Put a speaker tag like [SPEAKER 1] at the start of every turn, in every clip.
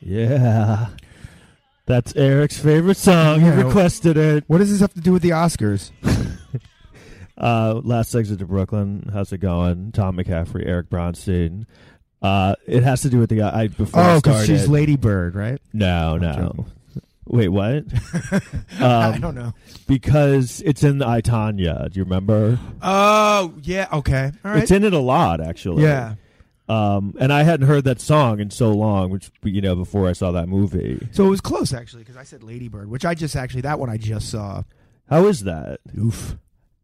[SPEAKER 1] Yeah. That's Eric's favorite song. He
[SPEAKER 2] Yeah.
[SPEAKER 1] requested it.
[SPEAKER 2] What does this have to do with the Oscars?
[SPEAKER 1] Uh, Last Exit to Brooklyn. How's it going? Tom McCaffrey, Eric Bronstein. Uh, it has to do with the guy I, before I
[SPEAKER 2] Oh, because
[SPEAKER 1] started.
[SPEAKER 2] she's Lady Bird, right?
[SPEAKER 1] no, no.
[SPEAKER 2] joking.
[SPEAKER 1] Wait, what?
[SPEAKER 2] I
[SPEAKER 1] Um,
[SPEAKER 2] don't know.
[SPEAKER 1] because it's in the I Tanya. Do you remember?
[SPEAKER 2] Oh, yeah. Okay. All right.
[SPEAKER 1] It's in it a lot, actually.
[SPEAKER 2] yeah.
[SPEAKER 1] Um, and I hadn't heard that song in so long, which you know, before I saw that movie.
[SPEAKER 2] So it was close actually, because I said Lady Bird, which I just actually that one I just saw.
[SPEAKER 1] How is that?
[SPEAKER 2] Oof.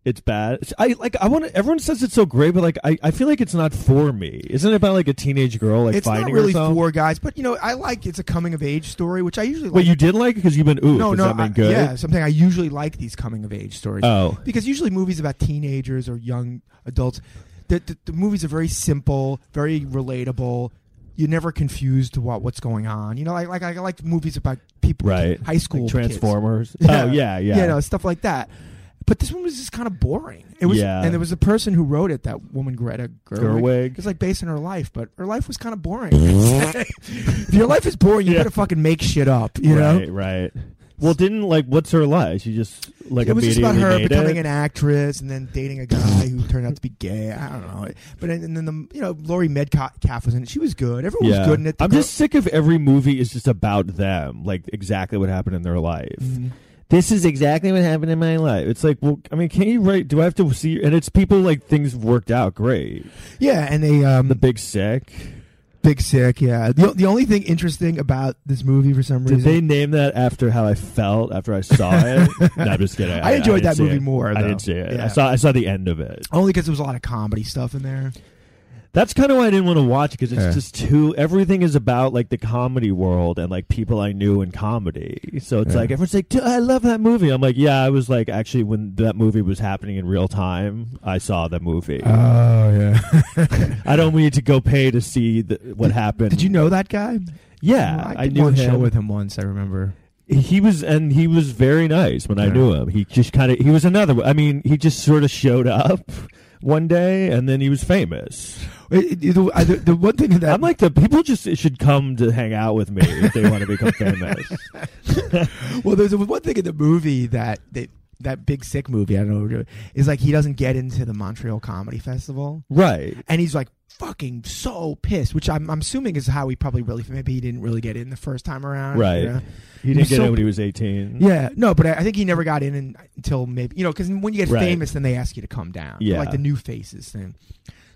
[SPEAKER 1] It's bad. It's- I like. I want. to Everyone says it's so great, but like, I, I feel like it's not for me. Isn't it about like a teenage girl like
[SPEAKER 2] it's
[SPEAKER 1] finding
[SPEAKER 2] not really
[SPEAKER 1] herself?
[SPEAKER 2] for guys, but you know I like it's a coming of age story, which I usually
[SPEAKER 1] Wait,
[SPEAKER 2] like.
[SPEAKER 1] you did like because you've been ooh.
[SPEAKER 2] no,
[SPEAKER 1] does
[SPEAKER 2] no,
[SPEAKER 1] that mean
[SPEAKER 2] I-
[SPEAKER 1] good?
[SPEAKER 2] yeah, something I usually like these coming of age stories
[SPEAKER 1] Oh,
[SPEAKER 2] because usually movies about teenagers or young adults, the, the, the movies are very simple, very relatable. You're never confused what what's going on. You know, like like I like movies about people,
[SPEAKER 1] right.
[SPEAKER 2] high school
[SPEAKER 1] Like
[SPEAKER 2] kids.
[SPEAKER 1] Transformers. Oh yeah, yeah.
[SPEAKER 2] you know stuff like that. But this one was just kind of boring. It was,
[SPEAKER 1] Yeah.
[SPEAKER 2] and there was a person who wrote it, that woman Greta Gerwig.
[SPEAKER 1] Gerwig.
[SPEAKER 2] It's like based on her life, but her life was kind of boring. if your life is boring, you
[SPEAKER 1] Yeah.
[SPEAKER 2] better fucking make shit up. You know,
[SPEAKER 1] Right, right. Well, didn't like what's her life? She just like
[SPEAKER 2] it was just about
[SPEAKER 1] immediately
[SPEAKER 2] her
[SPEAKER 1] made
[SPEAKER 2] becoming
[SPEAKER 1] it?
[SPEAKER 2] an actress and then dating a guy who turned out to be gay. I don't know, but and, and then the you know Laurie Medcalf was in it. She was good. Everyone was good in it. The
[SPEAKER 1] I'm
[SPEAKER 2] girl-
[SPEAKER 1] just sick of every movie is just about them, like exactly what happened in their life. This is exactly what happened in my life. It's like, well, I mean, can you write? Do I have to see? And it's people like things worked out great.
[SPEAKER 2] yeah, and they um,
[SPEAKER 1] The Big Sick.
[SPEAKER 2] big sick. Yeah, the the only thing interesting about this movie for some
[SPEAKER 1] Did
[SPEAKER 2] reason
[SPEAKER 1] they name that after how I felt after I saw it? no, I'm just kidding.
[SPEAKER 2] I enjoyed
[SPEAKER 1] didn't
[SPEAKER 2] that
[SPEAKER 1] see
[SPEAKER 2] movie
[SPEAKER 1] it.
[SPEAKER 2] more,
[SPEAKER 1] I
[SPEAKER 2] though.
[SPEAKER 1] didn't see it. I
[SPEAKER 2] Yeah.
[SPEAKER 1] saw I saw the end of it.
[SPEAKER 2] Only because there was a lot of comedy stuff in there.
[SPEAKER 1] That's kind of why I didn't want to watch because it's
[SPEAKER 2] Yeah.
[SPEAKER 1] just too. Everything is about like the comedy world and like people I knew in comedy. So it's
[SPEAKER 2] Yeah.
[SPEAKER 1] like everyone's like, "Dude, "I love that movie." I'm like, "Yeah, I was like actually when that movie was happening in real time, I saw the movie.
[SPEAKER 2] Oh, yeah.
[SPEAKER 1] I don't need to go pay to see the, what happened."
[SPEAKER 2] Did you know that guy?
[SPEAKER 1] Yeah,
[SPEAKER 2] Well,
[SPEAKER 1] I,
[SPEAKER 2] did
[SPEAKER 1] knew
[SPEAKER 2] one
[SPEAKER 1] him.
[SPEAKER 2] show with him once. I remember.
[SPEAKER 1] he was and he was very nice when I
[SPEAKER 2] Yeah.
[SPEAKER 1] knew him. He just kind of he was another. I mean, he just sort of showed up one day and then he was famous.
[SPEAKER 2] It- it- the, I- the- the one thing that
[SPEAKER 1] I'm like the people just should come to hang out with me if they want to become famous.
[SPEAKER 2] well, there's one thing in the movie that they, that big sick movie. I don't know. What we're doing, is like he doesn't get into the Montreal Comedy Festival,
[SPEAKER 1] Right.
[SPEAKER 2] and he's like fucking so pissed, which I'm, I'm assuming is how he probably really maybe he didn't really get in the first time around. you
[SPEAKER 1] Right.
[SPEAKER 2] know?
[SPEAKER 1] He
[SPEAKER 2] was
[SPEAKER 1] didn't get
[SPEAKER 2] so-
[SPEAKER 1] it when he was 18.
[SPEAKER 2] Yeah, no, but I, I think he never got in and, until maybe you know because when you get
[SPEAKER 1] Right.
[SPEAKER 2] famous, then they ask you to come down. for,
[SPEAKER 1] Yeah.
[SPEAKER 2] like the new faces thing.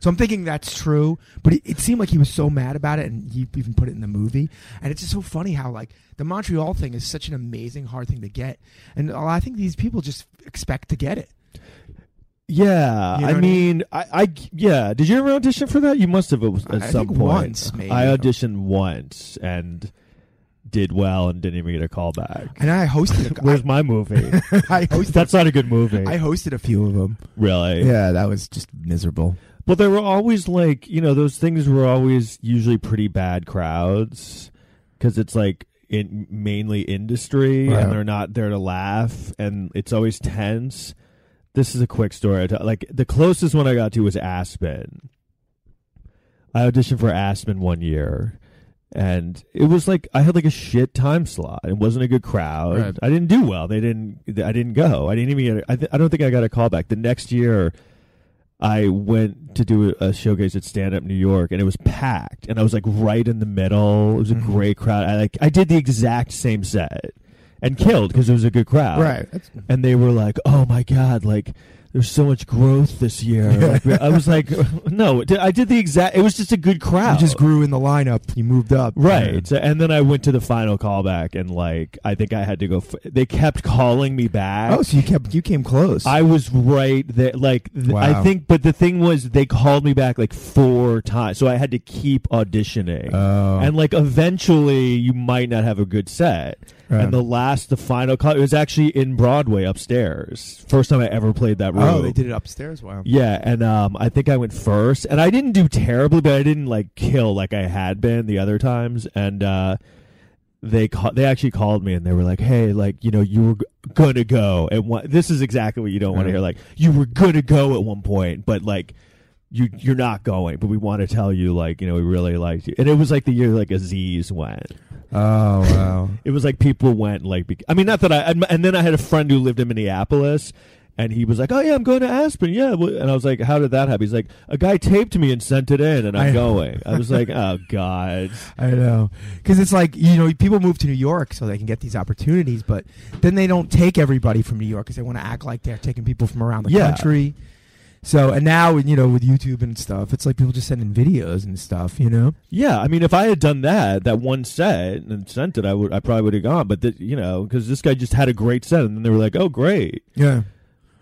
[SPEAKER 2] So I'm thinking that's true, but it, it seemed like he was so mad about it, and he even put it in the movie. And it's just so funny how like the Montreal thing is such an amazing hard thing to get, and I think these people just expect to get it.
[SPEAKER 1] Yeah.
[SPEAKER 2] You know what
[SPEAKER 1] I
[SPEAKER 2] I
[SPEAKER 1] mean, I, I, yeah. Did you ever audition for that? You must have at,
[SPEAKER 2] I-
[SPEAKER 1] at
[SPEAKER 2] I
[SPEAKER 1] some
[SPEAKER 2] think
[SPEAKER 1] point.
[SPEAKER 2] once, maybe.
[SPEAKER 1] I auditioned once and did well and didn't even get a call back.
[SPEAKER 2] And I hosted. A,
[SPEAKER 1] Where's my movie?
[SPEAKER 2] I, I hosted.
[SPEAKER 1] That's not a good movie.
[SPEAKER 2] I hosted a few of them.
[SPEAKER 1] really.
[SPEAKER 2] Yeah, that was just miserable.
[SPEAKER 1] Well, they were always like, you know, those things were always usually pretty bad crowds because it's like in mainly industry
[SPEAKER 2] Yeah.
[SPEAKER 1] and they're not there to laugh and it's always tense. This is a quick story. I tell- Like the closest one I got to was Aspen. I auditioned for Aspen one year and it was like I had like a shit time slot. It wasn't a good crowd.
[SPEAKER 2] Right.
[SPEAKER 1] I didn't do well. They didn't. I didn't go. I didn't even. Get a, I, th- I don't think I got a call back. The next year, I went to do a, a showcase at Stand Up New York, and it was packed. And I was like right in the middle. It was a
[SPEAKER 2] Mhm.
[SPEAKER 1] great crowd. I like. I did the exact same set and killed because it was a good crowd
[SPEAKER 2] right. That's,
[SPEAKER 1] and they were like, "Oh my god, like there's so much growth this year." Like, I was like, "No, I did the exact. It was just a good
[SPEAKER 2] you
[SPEAKER 1] crowd.
[SPEAKER 2] just grew in the lineup. You moved up.
[SPEAKER 1] Right. So, and then I went to the final callback, and like I think I had to go. F- they kept calling me back.
[SPEAKER 2] Oh, so you kept. You came close.
[SPEAKER 1] I was right there. Like th- I
[SPEAKER 2] Wow.
[SPEAKER 1] think, but the thing was, they called me back like four times, so I had to keep auditioning.
[SPEAKER 2] Oh.
[SPEAKER 1] and like eventually, you might not have a good set.
[SPEAKER 2] Right.
[SPEAKER 1] And the last, the final call, it was actually in Broadway upstairs. First time I ever played that room.
[SPEAKER 2] Oh, they did it upstairs. Wow.
[SPEAKER 1] Yeah, and um, I think I went first, and I didn't do terribly, but I didn't like kill like I had been the other times. And uh, they ca- they actually called me, and they were like, "Hey, like you know, you were g- gonna go." And one- this is exactly what you don't want to
[SPEAKER 2] Right.
[SPEAKER 1] hear. Like you were gonna go at one point, but like you you're not going. But we want to tell you, like you know, we really liked you. And it was like the year like Aziz went.
[SPEAKER 2] Oh wow.
[SPEAKER 1] It was like people went like bec- I mean not that I and, and then I had a friend who lived in Minneapolis and he was like, "Oh yeah, I'm going to Aspen." Yeah, well, and I was like, "How did that happen?" He's like, "A guy taped me and sent it in and I'm
[SPEAKER 2] I-
[SPEAKER 1] going." I was like, "Oh god."
[SPEAKER 2] I know, because it's like you know, people move to New York so they can get these opportunities, but then they don't take everybody from New York because they want to act like they're taking people from around the
[SPEAKER 1] Yeah.
[SPEAKER 2] country. So and now you know with YouTube and stuff, it's like people just sending videos and stuff. You know,
[SPEAKER 1] Yeah, I mean if I had done that, that one set and sent it, I would I probably would have gone, but th- you know, cuz this guy just had a great set and then they were like, "Oh, great."
[SPEAKER 2] yeah,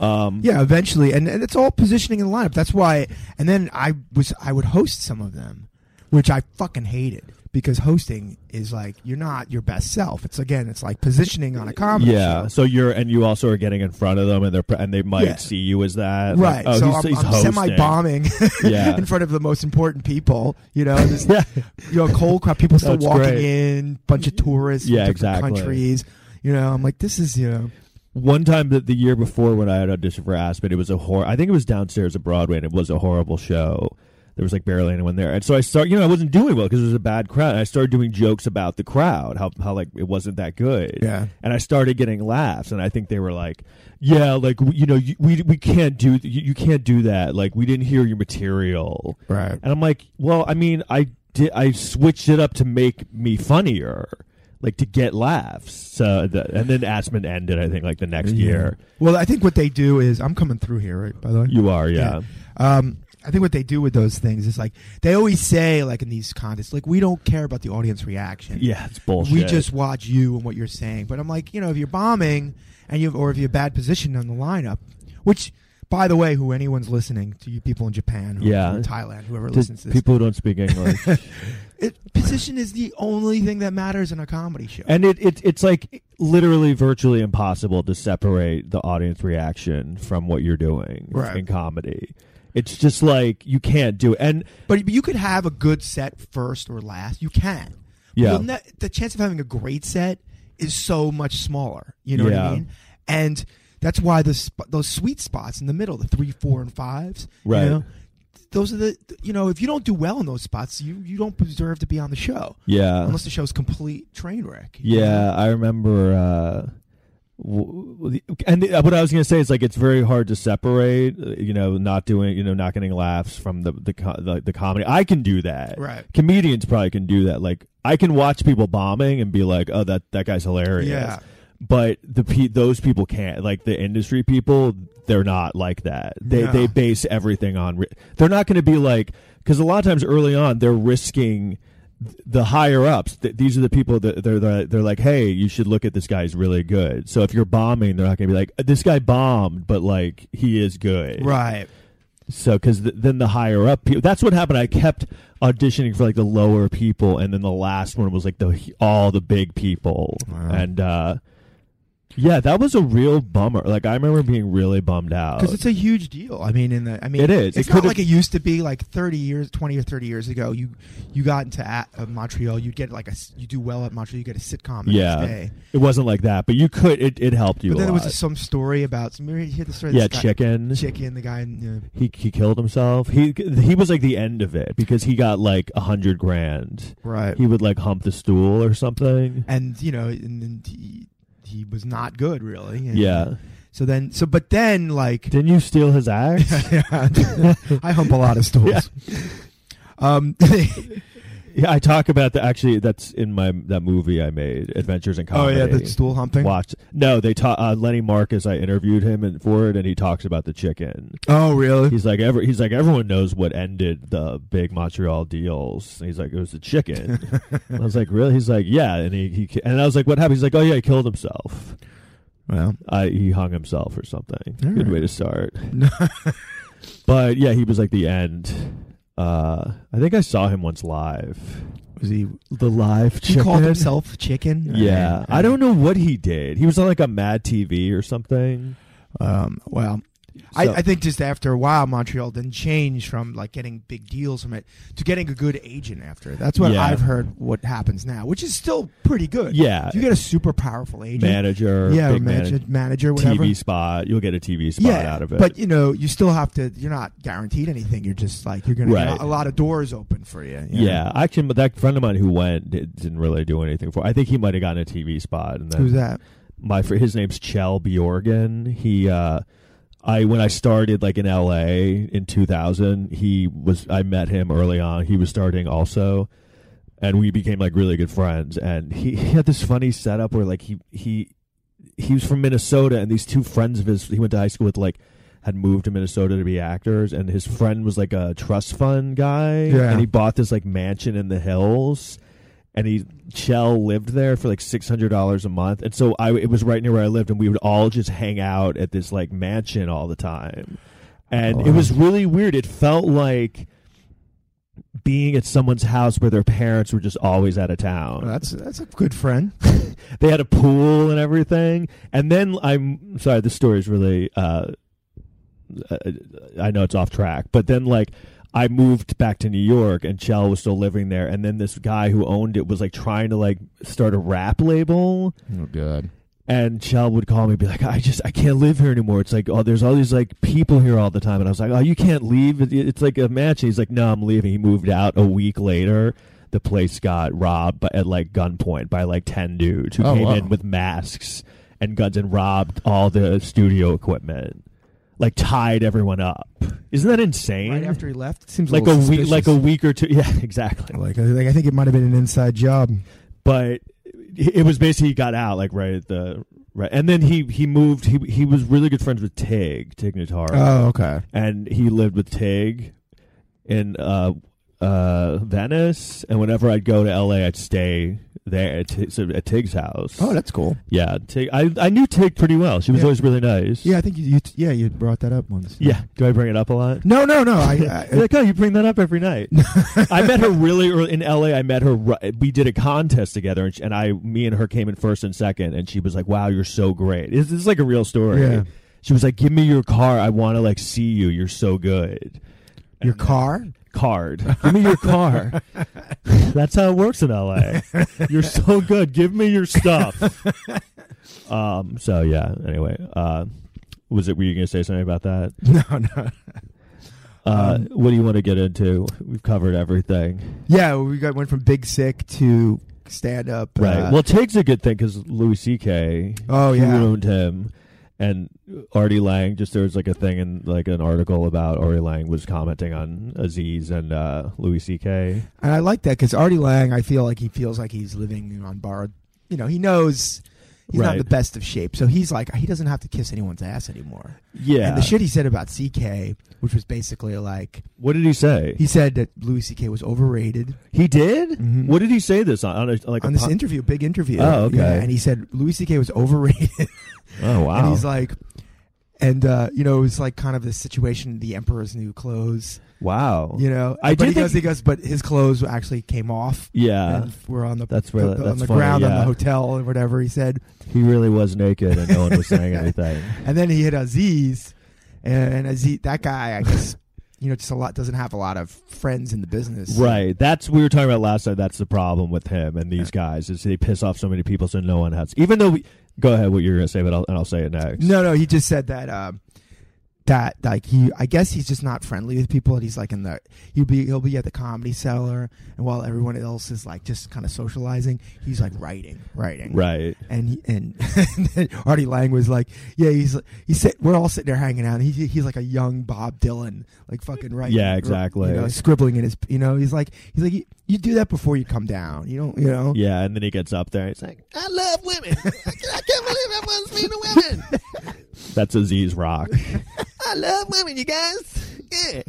[SPEAKER 1] Um
[SPEAKER 2] yeah. Eventually, and, and it's all positioning in the lineup. That's why. And then I was I would host some of them, which I fucking hated because hosting is like you're not your best self. It's again, it's like positioning on a comedy
[SPEAKER 1] yeah,
[SPEAKER 2] show.
[SPEAKER 1] so you're and you also are getting in front of them, and they're pr- and they might
[SPEAKER 2] Yeah.
[SPEAKER 1] see you as that,
[SPEAKER 2] Right,
[SPEAKER 1] Like, oh,
[SPEAKER 2] so
[SPEAKER 1] he's,
[SPEAKER 2] I'm,
[SPEAKER 1] he's
[SPEAKER 2] I'm
[SPEAKER 1] hosting.
[SPEAKER 2] semi-bombing
[SPEAKER 1] Yeah.
[SPEAKER 2] in front of the most important people. You know, this,
[SPEAKER 1] Yeah,
[SPEAKER 2] you know, cold crowd, people still
[SPEAKER 1] That's
[SPEAKER 2] walking
[SPEAKER 1] great.
[SPEAKER 2] in, bunch of tourists,
[SPEAKER 1] Yeah,
[SPEAKER 2] from different
[SPEAKER 1] exactly.
[SPEAKER 2] countries. You know, I'm like, this is you know,
[SPEAKER 1] one time that the year before when I had auditioned for Aspen, it was a horror. I think it was downstairs at Broadway, and it was a horrible show. There was like barely anyone there, and so I start. You know, I wasn't doing well because it was a bad crowd. And I started doing jokes about the crowd, how how like it wasn't that good.
[SPEAKER 2] Yeah.
[SPEAKER 1] and I started getting laughs, and I think they were like, "Yeah, like w- you know, you, we we can't do you, you can't do that. Like we didn't hear your material."
[SPEAKER 2] right.
[SPEAKER 1] And I'm like, well, I mean, I did, I switched it up to make me funnier, like to get laughs. So, the, and then Aspen ended, I think, like the next year.
[SPEAKER 2] Well, I think what they do is I'm coming through here, right? By the way,
[SPEAKER 1] You are, yeah.
[SPEAKER 2] Um, I think what they do with those things is like they always say, like in these contests, like we don't care about the audience reaction.
[SPEAKER 1] Yeah, it's bullshit.
[SPEAKER 2] We just watch you and what you're saying. But I'm like, you know, if you're bombing and you have, or if you have bad position on the lineup, which, by the way, who anyone's listening to you people in Japan, who,
[SPEAKER 1] Yeah.
[SPEAKER 2] or Thailand, whoever
[SPEAKER 1] To
[SPEAKER 2] listens to this,
[SPEAKER 1] people who don't speak English,
[SPEAKER 2] it, position is the only thing that matters in a comedy show.
[SPEAKER 1] and it, it it's like literally virtually impossible to separate the audience reaction from what you're doing
[SPEAKER 2] Right.
[SPEAKER 1] in comedy. It's just like you can't do it, and
[SPEAKER 2] but you could have a good set first or last. You can.
[SPEAKER 1] Yeah.
[SPEAKER 2] You'll ne- the chance of having a great set is so much smaller. You know what
[SPEAKER 1] Yeah.
[SPEAKER 2] I mean? And that's why the sp- those sweet spots in the middle, the three, four, and fives,
[SPEAKER 1] Right.
[SPEAKER 2] You know, those are the you know if you don't do well in those spots, you you don't deserve to be on the show
[SPEAKER 1] yeah,
[SPEAKER 2] unless the show's complete train wreck. you know?
[SPEAKER 1] Yeah, I remember. Uh, w- w- and the- what I was going to say is like it's very hard to separate, uh, you know, not doing, you know, not getting laughs from the the co- the, the comedy. I can do that.
[SPEAKER 2] Right.
[SPEAKER 1] Comedians probably can do that. Like I can watch people bombing and be like, "Oh, that that guy's hilarious."
[SPEAKER 2] Yeah.
[SPEAKER 1] But the pe- those people can't. Like the industry people, they're not like that. They
[SPEAKER 2] Yeah.
[SPEAKER 1] they base everything on. Ri- they're not going to be like because a lot of times early on they're risking th- the higher ups. Th- these are the people that they're, they're they're like, hey, you should look at this guy. He's really good. So if you're bombing, they're not going to be like, this guy bombed, but like he is good.
[SPEAKER 2] Right.
[SPEAKER 1] So because th- then the higher up people. That's what happened. I kept auditioning for like the lower people, and then the last one was like the all the big people,
[SPEAKER 2] Wow.
[SPEAKER 1] and. uh yeah, that was a real bummer. Like I remember being really bummed out.
[SPEAKER 2] because it's a huge deal. I mean, in the I mean,
[SPEAKER 1] Oh, It is.
[SPEAKER 2] It's
[SPEAKER 1] It
[SPEAKER 2] not
[SPEAKER 1] could've-
[SPEAKER 2] like it used to be. Like thirty years, twenty or thirty years ago, you you got into at, uh, Montreal, you get like a s- you do well at Montreal, you get a sitcom. The
[SPEAKER 1] Yeah.
[SPEAKER 2] next day.
[SPEAKER 1] It wasn't like that, but you could. It, it helped you.
[SPEAKER 2] but then
[SPEAKER 1] a
[SPEAKER 2] there
[SPEAKER 1] lot.
[SPEAKER 2] was some story about. Some, you hear the story? of
[SPEAKER 1] yeah,
[SPEAKER 2] this guy,
[SPEAKER 1] chicken.
[SPEAKER 2] chicken. The guy. In, uh,
[SPEAKER 1] He he killed himself. He he was like the end of it because he got like a hundred grand.
[SPEAKER 2] right.
[SPEAKER 1] He would like hump the stool or something.
[SPEAKER 2] and you know, and, and he he was not good really. And
[SPEAKER 1] Yeah.
[SPEAKER 2] So then, so but then like
[SPEAKER 1] Didn't you steal his axe?
[SPEAKER 2] I hump a lot of stools. Um,
[SPEAKER 1] yeah, I talk about that. Actually, that's in my that movie I made, Adventures in
[SPEAKER 2] oh
[SPEAKER 1] Comedy.
[SPEAKER 2] yeah, the stool humping.
[SPEAKER 1] Watch. No, they taught uh, Lenny Marcus. I interviewed him and for it, and he talks about the chicken.
[SPEAKER 2] Oh really?
[SPEAKER 1] He's like ever. He's like everyone knows what ended the big Montreal deals. And he's like it was the chicken. And I was like really. He's like yeah, and he, he ki- and I was like what happened. He's like oh yeah, he killed himself.
[SPEAKER 2] Well,
[SPEAKER 1] I, he hung himself or something.
[SPEAKER 2] All
[SPEAKER 1] Good
[SPEAKER 2] right.
[SPEAKER 1] way to start. but yeah, he was like the end. Uh, I think I saw him once live.
[SPEAKER 2] was he
[SPEAKER 1] The live
[SPEAKER 2] He
[SPEAKER 1] chicken.
[SPEAKER 2] called himself chicken.
[SPEAKER 1] Yeah, I don't know what he did. He was on like a Mad TV or something.
[SPEAKER 2] Um, well, I,
[SPEAKER 1] So-
[SPEAKER 2] I think just after a while, Montreal then changed from like getting big deals from it to getting a good agent after. it. That's what
[SPEAKER 1] Yeah.
[SPEAKER 2] I've heard. What happens now, which is still pretty good.
[SPEAKER 1] yeah,
[SPEAKER 2] If you get a super powerful agent,
[SPEAKER 1] manager,
[SPEAKER 2] yeah, or
[SPEAKER 1] big
[SPEAKER 2] manager,
[SPEAKER 1] manager,
[SPEAKER 2] manager, whatever.
[SPEAKER 1] TV spot. You'll get a TV spot
[SPEAKER 2] yeah,
[SPEAKER 1] out of it.
[SPEAKER 2] but you know, you still have to. You're not guaranteed anything. You're just like you're gonna
[SPEAKER 1] Right.
[SPEAKER 2] get a lot of doors open for you. you know?
[SPEAKER 1] yeah, actually, but that friend of mine who went did, didn't really do anything for. I think he might have gotten a TV spot, and then
[SPEAKER 2] Who's that?
[SPEAKER 1] my fr- his name's Chell Bjorgen. He uh I when I started like in LA in 2000, he was I met him early on. He was starting also and we became like really good friends and he, he had this funny setup where like he he he was from Minnesota and these two friends of his he went to high school with like had moved to Minnesota to be actors and his friend was like a trust fund guy
[SPEAKER 2] Yeah.
[SPEAKER 1] and he bought this like mansion in the hills and he Chell lived there for like six hundred dollars a month, and so I it was right near where I lived, and we would all just hang out at this like mansion all the time, and
[SPEAKER 2] Oh,
[SPEAKER 1] it
[SPEAKER 2] wow.
[SPEAKER 1] was really weird. It felt like being at someone's house where their parents were just always out of town.
[SPEAKER 2] Oh, that's that's a good friend.
[SPEAKER 1] They had a pool and everything, and then I'm sorry, this story is really. Uh, I- uh, I know it's off track, but then like I moved back to New York and Chell was still living there, and then this guy who owned it was like trying to like start a rap label,
[SPEAKER 3] Oh god.
[SPEAKER 1] and Chell would call me and be like, I just I can't live here anymore. It's like oh, there's all these like people here all the time, and I was like, oh, you can't leave. It- It's like a match. He's like, no, I'm leaving. He moved out a week later. The place got robbed by, at like gunpoint by like ten dudes who
[SPEAKER 3] Oh,
[SPEAKER 1] came
[SPEAKER 3] wow.
[SPEAKER 1] in with masks and guns and robbed all the studio equipment, like tied everyone up. Isn't that insane?
[SPEAKER 2] Right after he left, it seems
[SPEAKER 1] like a
[SPEAKER 2] little
[SPEAKER 1] week, like a
[SPEAKER 2] suspicious.
[SPEAKER 1] week or two. Yeah, exactly.
[SPEAKER 2] like like I think it might have been an inside job.
[SPEAKER 1] but it was basically he got out like right at the right, and then he he moved. He he was really good friends with Tig Tig Notaro,
[SPEAKER 2] Oh, okay.
[SPEAKER 1] and he lived with Tig in uh uh Venice. And whenever I'd go to L.A., I'd stay there at, Ti- so at Tig's house.
[SPEAKER 2] Oh, that's cool.
[SPEAKER 1] yeah, Tig. I I knew Tig pretty well. She was
[SPEAKER 2] Yeah.
[SPEAKER 1] always really nice.
[SPEAKER 2] Yeah, I think you, you yeah you brought that up once.
[SPEAKER 1] yeah. Do I bring it up a lot?
[SPEAKER 2] No, no, no. I,
[SPEAKER 1] You're
[SPEAKER 2] I
[SPEAKER 1] like, oh, you bring that up every night. I met her really early in LA. I met her. ri- We did a contest together, and, she, and I, me and her came in first and second. And she was like, "Wow, you're so great." This, this is like a real story.
[SPEAKER 2] Yeah.
[SPEAKER 1] She was like, "Give me your car. I want to like see you. You're so good."
[SPEAKER 2] your
[SPEAKER 1] And-
[SPEAKER 2] car.
[SPEAKER 1] card. Give me your car. That's how it works in LA. You're so good. Give me your stuff. Um. So yeah. Anyway. Uh. Was it? Were you gonna say something about that?
[SPEAKER 2] No, no.
[SPEAKER 1] Uh,
[SPEAKER 2] Um,
[SPEAKER 1] what do you want to get into? We've covered everything,
[SPEAKER 2] Yeah, we got went from big sick to stand up. uh,
[SPEAKER 1] right? well, Tig's a good thing because Louis C.K.
[SPEAKER 2] oh
[SPEAKER 1] he
[SPEAKER 2] yeah.
[SPEAKER 1] ruined him, and Artie Lang. Just there was like a thing in like an article about Artie Lang was commenting on Aziz and uh, Louis C.K.
[SPEAKER 2] And I like that because Artie Lang, I feel like he feels like he's living on borrowed. You know, he knows he's not
[SPEAKER 1] Right.
[SPEAKER 2] in the best of shape, so he's like he doesn't have to kiss anyone's ass anymore.
[SPEAKER 1] Yeah,
[SPEAKER 2] And the shit he said about CK, which was basically like
[SPEAKER 1] what did he say?
[SPEAKER 2] he said that Louis CK was overrated.
[SPEAKER 1] He did.
[SPEAKER 2] Mhm.
[SPEAKER 1] What did he say this on? on a, like a
[SPEAKER 2] on this
[SPEAKER 1] po-
[SPEAKER 2] interview, big interview.
[SPEAKER 1] Oh, okay.
[SPEAKER 2] Yeah, and he said Louis C.K. was overrated.
[SPEAKER 1] oh wow.
[SPEAKER 2] and he's like, and uh, you know, it was like kind of this situation, the emperor's new clothes.
[SPEAKER 1] wow.
[SPEAKER 2] You know,
[SPEAKER 1] I
[SPEAKER 2] but
[SPEAKER 1] did
[SPEAKER 2] he goes,
[SPEAKER 1] think-
[SPEAKER 2] he goes, but his clothes actually came off.
[SPEAKER 1] Yeah,
[SPEAKER 2] and were on the
[SPEAKER 1] that's really
[SPEAKER 2] the- the-
[SPEAKER 1] that's
[SPEAKER 2] on the
[SPEAKER 1] funny,
[SPEAKER 2] ground on
[SPEAKER 1] yeah.
[SPEAKER 2] the hotel or whatever he said.
[SPEAKER 1] He really was naked, and no one was saying anything.
[SPEAKER 2] And then he hit Aziz, and Aziz, that guy, I guess, you know, just a lot doesn't have a lot of friends in the business,
[SPEAKER 1] Right. That's we were talking about last time. That's the problem with him and these guys is they piss off so many people, so no one has. Even though we go ahead, what you're gonna say, but I'll, and I'll say it next.
[SPEAKER 2] No, no, he just said that um that like he I guess he's just not friendly with people and he's like in the he'll be he'll be at the comedy cellar and while everyone else is like just kind of socializing, he's like writing, writing.
[SPEAKER 1] Right.
[SPEAKER 2] And he, and then Artie Lang was like, yeah, he's like- he said we're all sitting there hanging out. And he he's like a young Bob Dylan, like fucking right.
[SPEAKER 1] Yeah, exactly.
[SPEAKER 2] You know, scribbling in his, you know, he's like he's like you, you do that before you come down. You don't, you know.
[SPEAKER 1] Yeah, and then he gets up there. And he's like,
[SPEAKER 4] I love women. I can't believe I want to speak to women.
[SPEAKER 1] "That's Aziz Rock."
[SPEAKER 4] I love women, you guys. Yeah.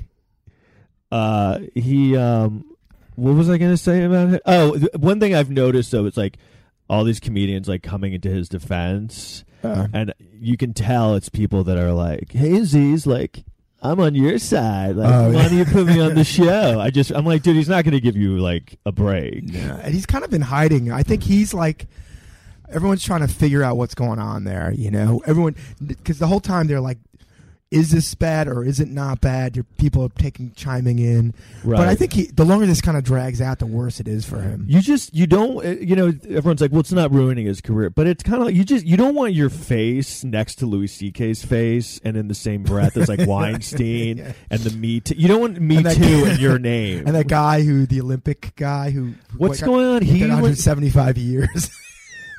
[SPEAKER 1] uh, he um, what was I gonna say about it? Oh, th- one thing I've noticed though is like all these comedians like coming into his defense,
[SPEAKER 2] Uh,
[SPEAKER 1] and you can tell it's people that are like, "Hey, Aziz, like." I'm on your side. Like,
[SPEAKER 2] Oh,
[SPEAKER 1] why
[SPEAKER 2] yeah.
[SPEAKER 1] do you put me on the show? I just, I'm like, dude, he's not going to give you like a break.
[SPEAKER 2] Yeah, and he's kind of been hiding. I think he's like everyone's trying to figure out what's going on there. You know, everyone because the whole time they're like, is this bad or is it not bad? Your people are taking chiming in,
[SPEAKER 1] Right.
[SPEAKER 2] but I think he, the longer this kind of drags out, the worse it is for him.
[SPEAKER 1] You just you don't uh, you know everyone's like well it's not ruining his career but it's kind of like you just you don't want your face next to Louis C.K.'s face and in the same breath as like Weinstein
[SPEAKER 2] Yeah.
[SPEAKER 1] and the Me Too you don't want Me
[SPEAKER 2] And that-
[SPEAKER 1] Too and your name
[SPEAKER 2] And that guy who the Olympic guy who
[SPEAKER 1] what's
[SPEAKER 2] got-
[SPEAKER 1] going on
[SPEAKER 2] got
[SPEAKER 1] he was,
[SPEAKER 2] 175 years.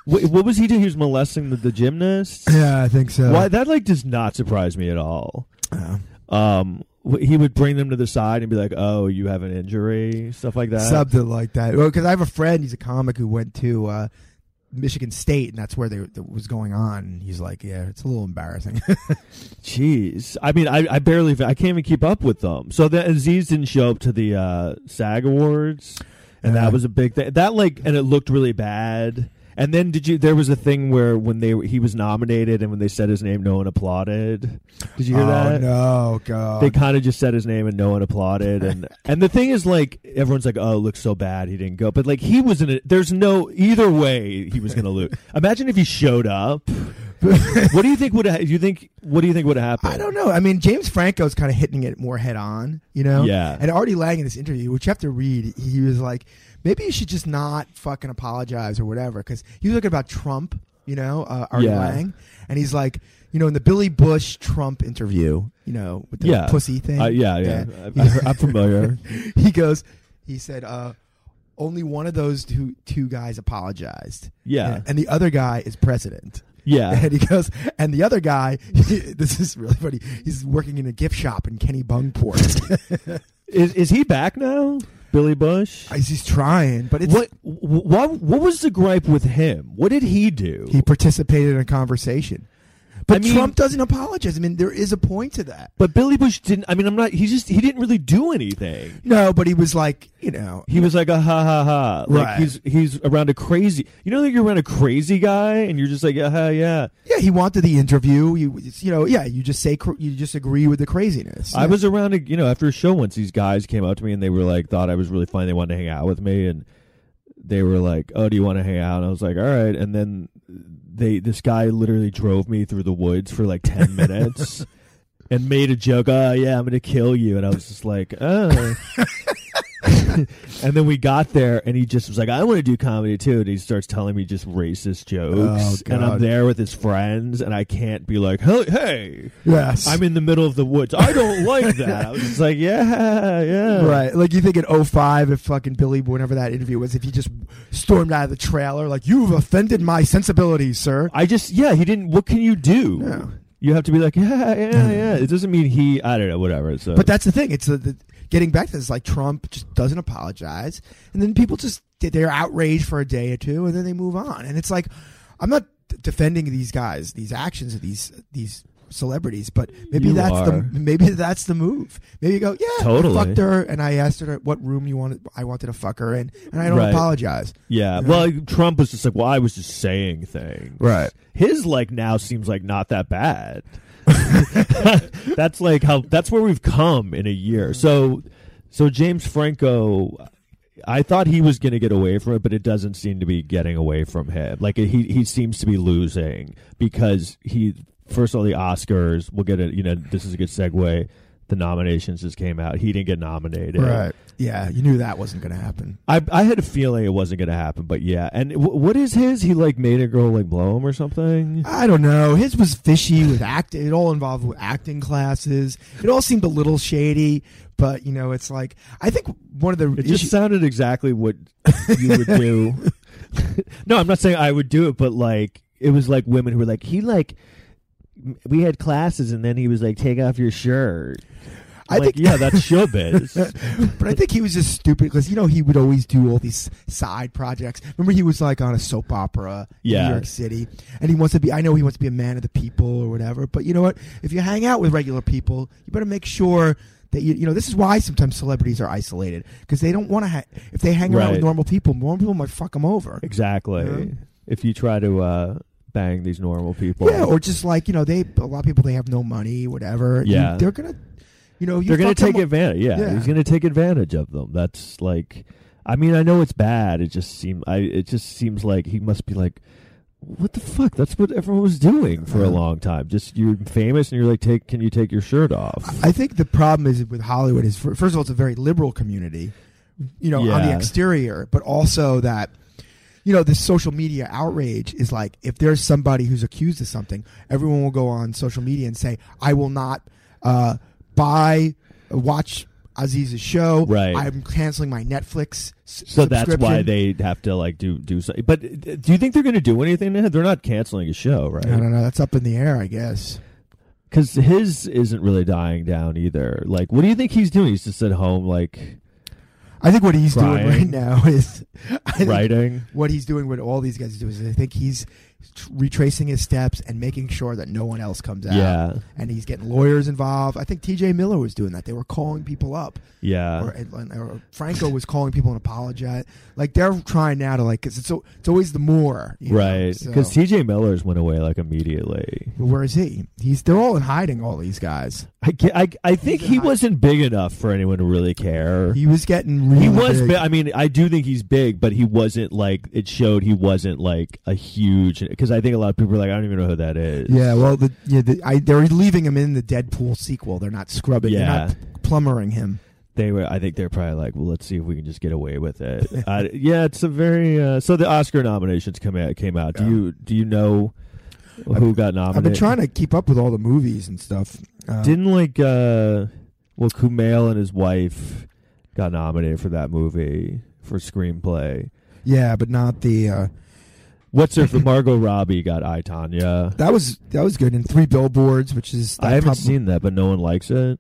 [SPEAKER 1] wh- what was he doing he was molesting the, the gymnast
[SPEAKER 2] yeah, I think so.
[SPEAKER 1] why that like does not surprise me at all
[SPEAKER 2] Uh,
[SPEAKER 1] um wh- he would bring them to the side and be like oh you have an injury stuff like that
[SPEAKER 2] something like that. Well, because I have a friend, he's a comic who went to uh, Michigan State, and that's where they that was going on. And he's like, yeah, it's a little embarrassing.
[SPEAKER 1] Jeez, I mean, I, I barely, I can't even keep up with them. So the Aziz didn't show up to the uh, SAG Awards, and
[SPEAKER 2] Yeah.
[SPEAKER 1] that was a big thing. That like, and it looked really bad. And then did you? There was a thing where when they he was nominated, and when they said his name, no one applauded. Did you hear
[SPEAKER 2] oh,
[SPEAKER 1] that?
[SPEAKER 2] No, God.
[SPEAKER 1] They kind of just said his name, and no one applauded. And and the thing is, like, everyone's like, "Oh, it looks so bad, he didn't go." But like, he was in it. There's no either way he was going to lose. Imagine if he showed up. what do you think would ha- you think? What do you think would have happened?
[SPEAKER 2] I don't know. I mean, James Franco's kind of hitting it more head on, you know?
[SPEAKER 1] Yeah.
[SPEAKER 2] And Artie Lang in this interview, which you have to read, he was like, maybe you should just not fucking apologize or whatever. Because he was talking about Trump, you know, uh, Artie
[SPEAKER 1] Yeah.
[SPEAKER 2] Lang. And he's like, you know, in the Billy Bush Trump interview, you know, with the
[SPEAKER 1] Yeah.
[SPEAKER 2] pussy thing.
[SPEAKER 1] Uh, yeah, yeah.
[SPEAKER 2] Yeah.
[SPEAKER 1] I- I heard- I'm familiar.
[SPEAKER 2] he goes, he said, uh, only one of those two, two guys apologized.
[SPEAKER 1] Yeah.
[SPEAKER 2] And the other guy is president.
[SPEAKER 1] Yeah.
[SPEAKER 2] And he goes, and the other guy, this is really funny. He's working in a gift shop in Kenny Bungport.
[SPEAKER 1] Is is he back now? Billy Bush?
[SPEAKER 2] He's he's trying, but it's
[SPEAKER 1] What what what was the gripe with him? What did he do?
[SPEAKER 2] he participated in a conversation. But
[SPEAKER 1] I mean-
[SPEAKER 2] Trump doesn't apologize. I mean, there is a point to that.
[SPEAKER 1] but Billy Bush didn't I mean I'm not he just he didn't really do anything.
[SPEAKER 2] No, but he was like, you know,
[SPEAKER 1] He was like a ha ha ha. Like
[SPEAKER 2] Right.
[SPEAKER 1] he's he's around a crazy you know that you're around a crazy guy and you're just like yeah ha, yeah.
[SPEAKER 2] yeah, he wanted the interview. You, it's- you know, yeah, you just say cr- you just agree with the craziness.
[SPEAKER 1] I was around, a, you know, after a show once. These guys came up to me and they were like, thought I was really funny. They wanted to hang out with me, and they were like, "Oh, do you want to hang out?" And I was like, "All right." And then they, this guy literally drove me through the woods for like ten minutes and made a joke. Oh, yeah, I'm gonna kill you. And I was just like, oh. and then we got there, and he just was like, "I want to do comedy too." And he starts telling me just racist jokes,
[SPEAKER 2] Oh,
[SPEAKER 1] and I'm
[SPEAKER 2] God.
[SPEAKER 1] there with his friends, and I can't be like, "Hey, hey,
[SPEAKER 2] yes,
[SPEAKER 1] I'm in the middle of the woods. I don't like that. I was just like, yeah, yeah.
[SPEAKER 2] Right. Like you think in 05 if fucking Billy whenever that interview was if he just stormed out of the trailer like you've offended my sensibilities, sir.
[SPEAKER 1] I just, yeah, he didn't. What can you do?
[SPEAKER 2] Yeah.
[SPEAKER 1] You have to be like, yeah, yeah, yeah. It doesn't mean he, I don't know, whatever. So,
[SPEAKER 2] But that's the thing. It's the, the getting back to this like Trump just doesn't apologize and then people just they're outraged for a day or two and then they move on. And it's like I'm not d- defending these guys, these actions of these these celebrities, but maybe
[SPEAKER 1] You
[SPEAKER 2] that's
[SPEAKER 1] are.
[SPEAKER 2] the maybe that's the move. Maybe you go, yeah, I
[SPEAKER 1] Totally.
[SPEAKER 2] fucked her and I asked her what room you wanted I wanted to fuck her in and I don't
[SPEAKER 1] Right.
[SPEAKER 2] apologize.
[SPEAKER 1] yeah.
[SPEAKER 2] Yeah.
[SPEAKER 1] Well, Trump was just like, well, I was just saying things.
[SPEAKER 2] Right.
[SPEAKER 1] His, like, now seems like not that bad. that's like how, that's where we've come in a
[SPEAKER 2] Mm-hmm.
[SPEAKER 1] year. So, so James Franco. I thought he was going to get away from it, but it doesn't seem to be getting away from him. Like he he seems to be losing because he first of all the Oscars will get a you know this is a good segue. The nominations just came out. He didn't get nominated.
[SPEAKER 2] Yeah, you knew that wasn't going to happen.
[SPEAKER 1] I I had a feeling it wasn't going to happen, but yeah. And w- what is his? He like made a girl like blow him or something.
[SPEAKER 2] I don't know. His was fishy with act. It all involved with acting classes. It all seemed a little shady, but you know, it's like I think one of the
[SPEAKER 1] It just
[SPEAKER 2] issues-
[SPEAKER 1] sounded exactly what you would do. no, I'm not saying I would do it, but like it was like women who were like, he like m- we had classes and then he was like, take off your shirt.
[SPEAKER 2] I
[SPEAKER 1] Like,
[SPEAKER 2] think-
[SPEAKER 1] yeah, that's showbiz.
[SPEAKER 2] but I think he was just stupid because you know he would always do all these side projects. Remember, he was like on a soap opera in
[SPEAKER 1] Yeah.
[SPEAKER 2] New York City, and he wants to be. I know he wants to be a man of the people or whatever. But you know what? If you hang out with regular people, you better make sure. That you, you know, this is why sometimes celebrities are isolated because they don't want to. Ha- if they hang around with
[SPEAKER 1] Right.
[SPEAKER 2] normal people, normal people might fuck them over.
[SPEAKER 1] exactly.
[SPEAKER 2] Yeah.
[SPEAKER 1] If you try to uh, bang these normal people,
[SPEAKER 2] Yeah, or just like you know, they a lot of people they have no money, whatever. You-
[SPEAKER 1] Yeah.
[SPEAKER 2] they're gonna, you know, you
[SPEAKER 1] they're going
[SPEAKER 2] fuck
[SPEAKER 1] to take
[SPEAKER 2] them-
[SPEAKER 1] advantage. Yeah,
[SPEAKER 2] Yeah.
[SPEAKER 1] he's going to take advantage of them. That's like, I mean, I know it's bad. It just seem I. It just seems like he must be like, what the fuck? That's what everyone was doing for a
[SPEAKER 2] Uh-huh.
[SPEAKER 1] long time. Just you're famous and you're like, take can you take your shirt off?
[SPEAKER 2] I think the problem is with Hollywood is fir- first of all it's a very liberal community, you know, on the
[SPEAKER 1] Yeah.
[SPEAKER 2] exterior, but also that you know this social media outrage is like if there's somebody who's accused of something, everyone will go on social media and say, "I will not uh, buy watch Aziz's show.
[SPEAKER 1] Right.
[SPEAKER 2] I'm canceling my Netflix." s-
[SPEAKER 1] so that's why
[SPEAKER 2] subscription."
[SPEAKER 1] they have to like do do something. But uh, do you think they're going to do anything? to him? They're not canceling his show,
[SPEAKER 2] I
[SPEAKER 1] right?
[SPEAKER 2] don't know. That's up in the air, I guess.
[SPEAKER 1] Because his isn't really dying down either. Like, what do you think he's doing? He's just at home, like
[SPEAKER 2] I think what he's
[SPEAKER 1] Crying.
[SPEAKER 2] doing right now is I think
[SPEAKER 1] writing.
[SPEAKER 2] what he's doing, what all these guys do is I think he's tr- retracing his steps and making sure that no one else comes out.
[SPEAKER 1] Yeah,
[SPEAKER 2] And he's getting lawyers involved. I think T.J. Miller was doing that. They were calling people up,
[SPEAKER 1] yeah.
[SPEAKER 2] or, or Franco was calling people and apologize. Like they're trying now to like, 'cause it's so it's always the more, you know,
[SPEAKER 1] Right,
[SPEAKER 2] so-
[SPEAKER 1] because TJ Miller's went away like immediately.
[SPEAKER 2] But where is he? He's they're all in hiding. All these guys.
[SPEAKER 1] I, ca- I, I think
[SPEAKER 2] He's
[SPEAKER 1] he
[SPEAKER 2] not-
[SPEAKER 1] wasn't big enough for anyone to really care.
[SPEAKER 2] He was getting. Really
[SPEAKER 1] He was.
[SPEAKER 2] big.
[SPEAKER 1] Big. I mean, I do think he's big, but he wasn't like it showed. He wasn't like a huge because I think a lot of people are like, I don't even know who that is.
[SPEAKER 2] Yeah, well, the, yeah, the, I, they're leaving him in the Deadpool sequel. They're not scrubbing.
[SPEAKER 1] Yeah.
[SPEAKER 2] They're not plumbering him.
[SPEAKER 1] they were. I think they're probably like, well, let's see if we can just get away with it. uh, yeah, it's a very. Uh, so the Oscar nominations come out. Came out. Do
[SPEAKER 2] Yeah.
[SPEAKER 1] you do you know who got nominated?
[SPEAKER 2] I've been trying to keep up with all the movies and stuff. Uh,
[SPEAKER 1] Didn't like uh, well, Kumail and his wife got nominated for that movie for screenplay.
[SPEAKER 2] yeah, but not the. Uh,
[SPEAKER 1] What's her? Margot Robbie got I Tanya.
[SPEAKER 2] that was that was good. And Three Billboards, which is that
[SPEAKER 1] I haven't
[SPEAKER 2] prob-
[SPEAKER 1] seen that, but no one likes it.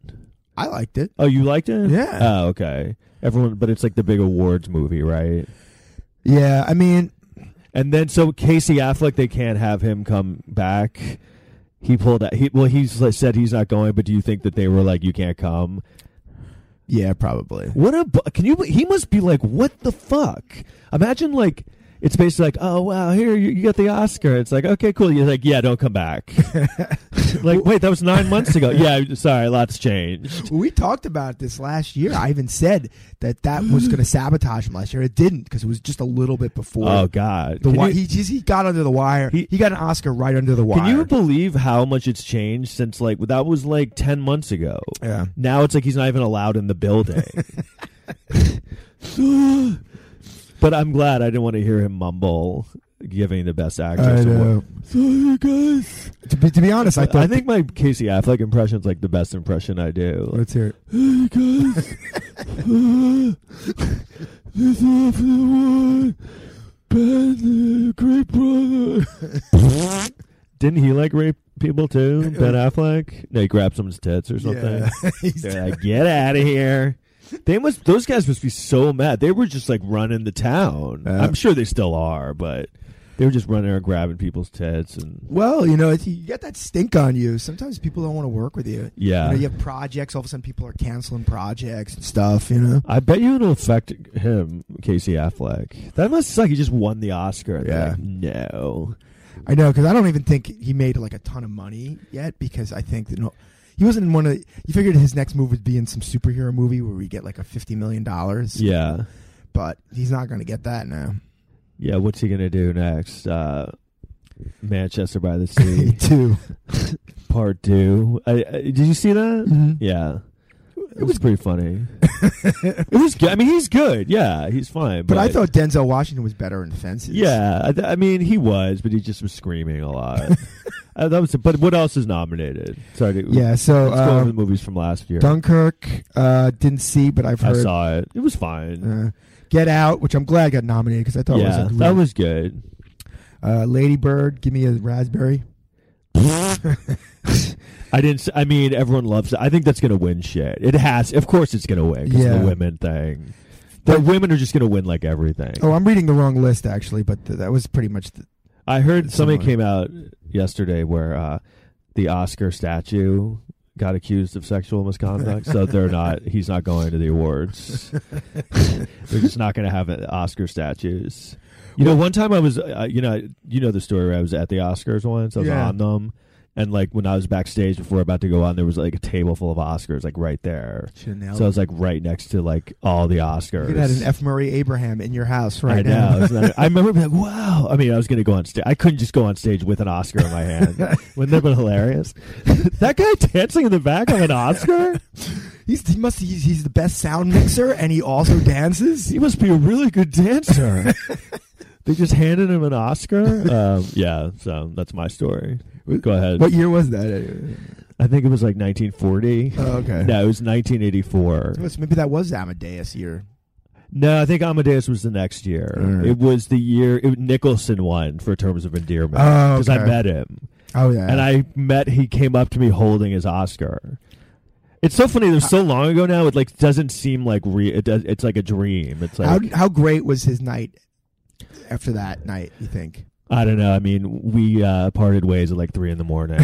[SPEAKER 2] I liked it.
[SPEAKER 1] Oh, you liked it?
[SPEAKER 2] Yeah.
[SPEAKER 1] Oh, okay. Everyone, but it's like the big awards movie, right?
[SPEAKER 2] Yeah, I mean,
[SPEAKER 1] And then so Casey Affleck, they can't have him come back. He pulled out. He well, he's like, said he's not going. But do you think that they were like, you can't come?
[SPEAKER 2] yeah, probably.
[SPEAKER 1] What a bu- can you? He must be like, what the fuck? Imagine like. It's basically like, oh wow, here you, you got the Oscar. It's like, okay, cool. You're like, yeah, don't come back. like, wait, that was nine months ago. Yeah, sorry, lots changed.
[SPEAKER 2] Well, we talked about this last year. I even said that that was going to sabotage him last year. It didn't because it was just a little bit before
[SPEAKER 1] Oh God,
[SPEAKER 2] the
[SPEAKER 1] Can
[SPEAKER 2] wire.
[SPEAKER 1] you-
[SPEAKER 2] he just he got under the wire.
[SPEAKER 1] He-
[SPEAKER 2] He, got an Oscar right under the wire.
[SPEAKER 1] Can you believe how much it's changed since like that was like ten months ago?
[SPEAKER 2] yeah.
[SPEAKER 1] Now it's like he's not even allowed in the building. but I'm glad I didn't want to hear him mumble giving the best actress. award. Sorry, guys.
[SPEAKER 2] To be, to be honest, I
[SPEAKER 1] I,
[SPEAKER 2] thought.
[SPEAKER 1] think my Casey Affleck impression is like the best impression I do. Like,
[SPEAKER 2] Let's hear it.
[SPEAKER 1] Hey guys, uh, this afternoon, Ben, uh, great brother. Didn't he like rape people too, Ben Affleck? No, he grabbed someone's tits or something.
[SPEAKER 2] Yeah. He's-
[SPEAKER 1] They're like, get out of here. They must. Those guys must be so mad. They were just like running the town.
[SPEAKER 2] Yeah.
[SPEAKER 1] I'm sure they still are, but they were just running around grabbing people's tits and
[SPEAKER 2] Well, you know, if you get that stink on you, sometimes people don't want to work with you.
[SPEAKER 1] yeah.
[SPEAKER 2] You know, you have projects. All of a sudden, people are canceling projects and stuff. You know.
[SPEAKER 1] I bet you it'll affect him, Casey Affleck. That must suck. He just won the Oscar. and they're
[SPEAKER 2] Yeah.
[SPEAKER 1] Like, no.
[SPEAKER 2] I know because I don't even think he made like a ton of money yet because I think that no, he wasn't in one of. The, you figured his next move would be in some superhero movie where we get like a fifty million dollars.
[SPEAKER 1] Yeah.
[SPEAKER 2] But he's not going to get that now.
[SPEAKER 1] Yeah. What's he gonna do next? Uh, Manchester by the
[SPEAKER 2] Me
[SPEAKER 1] Sea,
[SPEAKER 2] too.
[SPEAKER 1] Part Two. I, I, did you see that?
[SPEAKER 2] Mhm.
[SPEAKER 1] Yeah. It was pretty funny. it was. Good. I mean, he's good. Yeah, he's fine. But,
[SPEAKER 2] But I thought Denzel Washington was better in Fences.
[SPEAKER 1] Yeah, I, th- I mean, he was, but he just was screaming a lot. uh, that was. But what else is nominated? Sorry. To,
[SPEAKER 2] Yeah. So
[SPEAKER 1] Let's go over the
[SPEAKER 2] um,
[SPEAKER 1] movies from last year.
[SPEAKER 2] Dunkirk uh, didn't see, but I've
[SPEAKER 1] I
[SPEAKER 2] heard.
[SPEAKER 1] saw it. It was fine.
[SPEAKER 2] Uh, Get Out, which I'm glad got nominated because I thought
[SPEAKER 1] yeah,
[SPEAKER 2] it was a
[SPEAKER 1] that was good.
[SPEAKER 2] uh, Lady Bird, give me a raspberry.
[SPEAKER 1] I didn't. s- I mean, everyone loves it. I think that's gonna win shit. It has. Of course, it's gonna win. 'cause
[SPEAKER 2] Yeah.
[SPEAKER 1] the women thing. The
[SPEAKER 2] But-
[SPEAKER 1] women are just gonna win like everything.
[SPEAKER 2] Oh, I'm reading the wrong list actually, but th- that was pretty much. The,
[SPEAKER 1] I heard somebody
[SPEAKER 2] Similar.
[SPEAKER 1] came out yesterday where uh, the Oscar statue got accused of sexual misconduct, so they're not. He's not going to the awards. they're just not gonna have uh, Oscar statues. You know, one time I was, uh, you know, you know the story. Where I was at the Oscars once. I was
[SPEAKER 2] Yeah.
[SPEAKER 1] on them. And like when I was backstage before about to go on, there was like a table full of Oscars, like right there.
[SPEAKER 2] Should have nailed
[SPEAKER 1] So I
[SPEAKER 2] it.
[SPEAKER 1] was like right next to like all the
[SPEAKER 2] You
[SPEAKER 1] Oscars.
[SPEAKER 2] could have had an F. Murray Abraham in your house right
[SPEAKER 1] I
[SPEAKER 2] now.
[SPEAKER 1] know. Isn't that- I remember being like, "Wow!" I mean, I was going to go on stage. I couldn't just go on stage with an Oscar in my hand. Wouldn't that have been hilarious? that guy dancing in the back of an Oscar.
[SPEAKER 2] He's, he must. He's, he's the best sound mixer, and he also dances.
[SPEAKER 1] He must be a really good dancer. they just handed him an Oscar. Um, yeah. So that's my story. Go ahead.
[SPEAKER 2] What year was that?
[SPEAKER 1] I think it was like 1940.
[SPEAKER 2] Oh, okay.
[SPEAKER 1] No, it was 1984.
[SPEAKER 2] So Maybe that was Amadeus year.
[SPEAKER 1] No, I think Amadeus was the next year.
[SPEAKER 2] Alright.
[SPEAKER 1] It was the year it, Nicholson won for Terms of Endearment
[SPEAKER 2] Oh,
[SPEAKER 1] because I
[SPEAKER 2] okay.
[SPEAKER 1] met him
[SPEAKER 2] Oh yeah.
[SPEAKER 1] and I met. He came up to me holding his Oscar. It's so funny. It was so long ago now. It like doesn't seem like real. It does, it's like a dream. It's like
[SPEAKER 2] how how great was his night after that night? You think?
[SPEAKER 1] I don't know. I mean, we uh, parted ways at like three in the morning.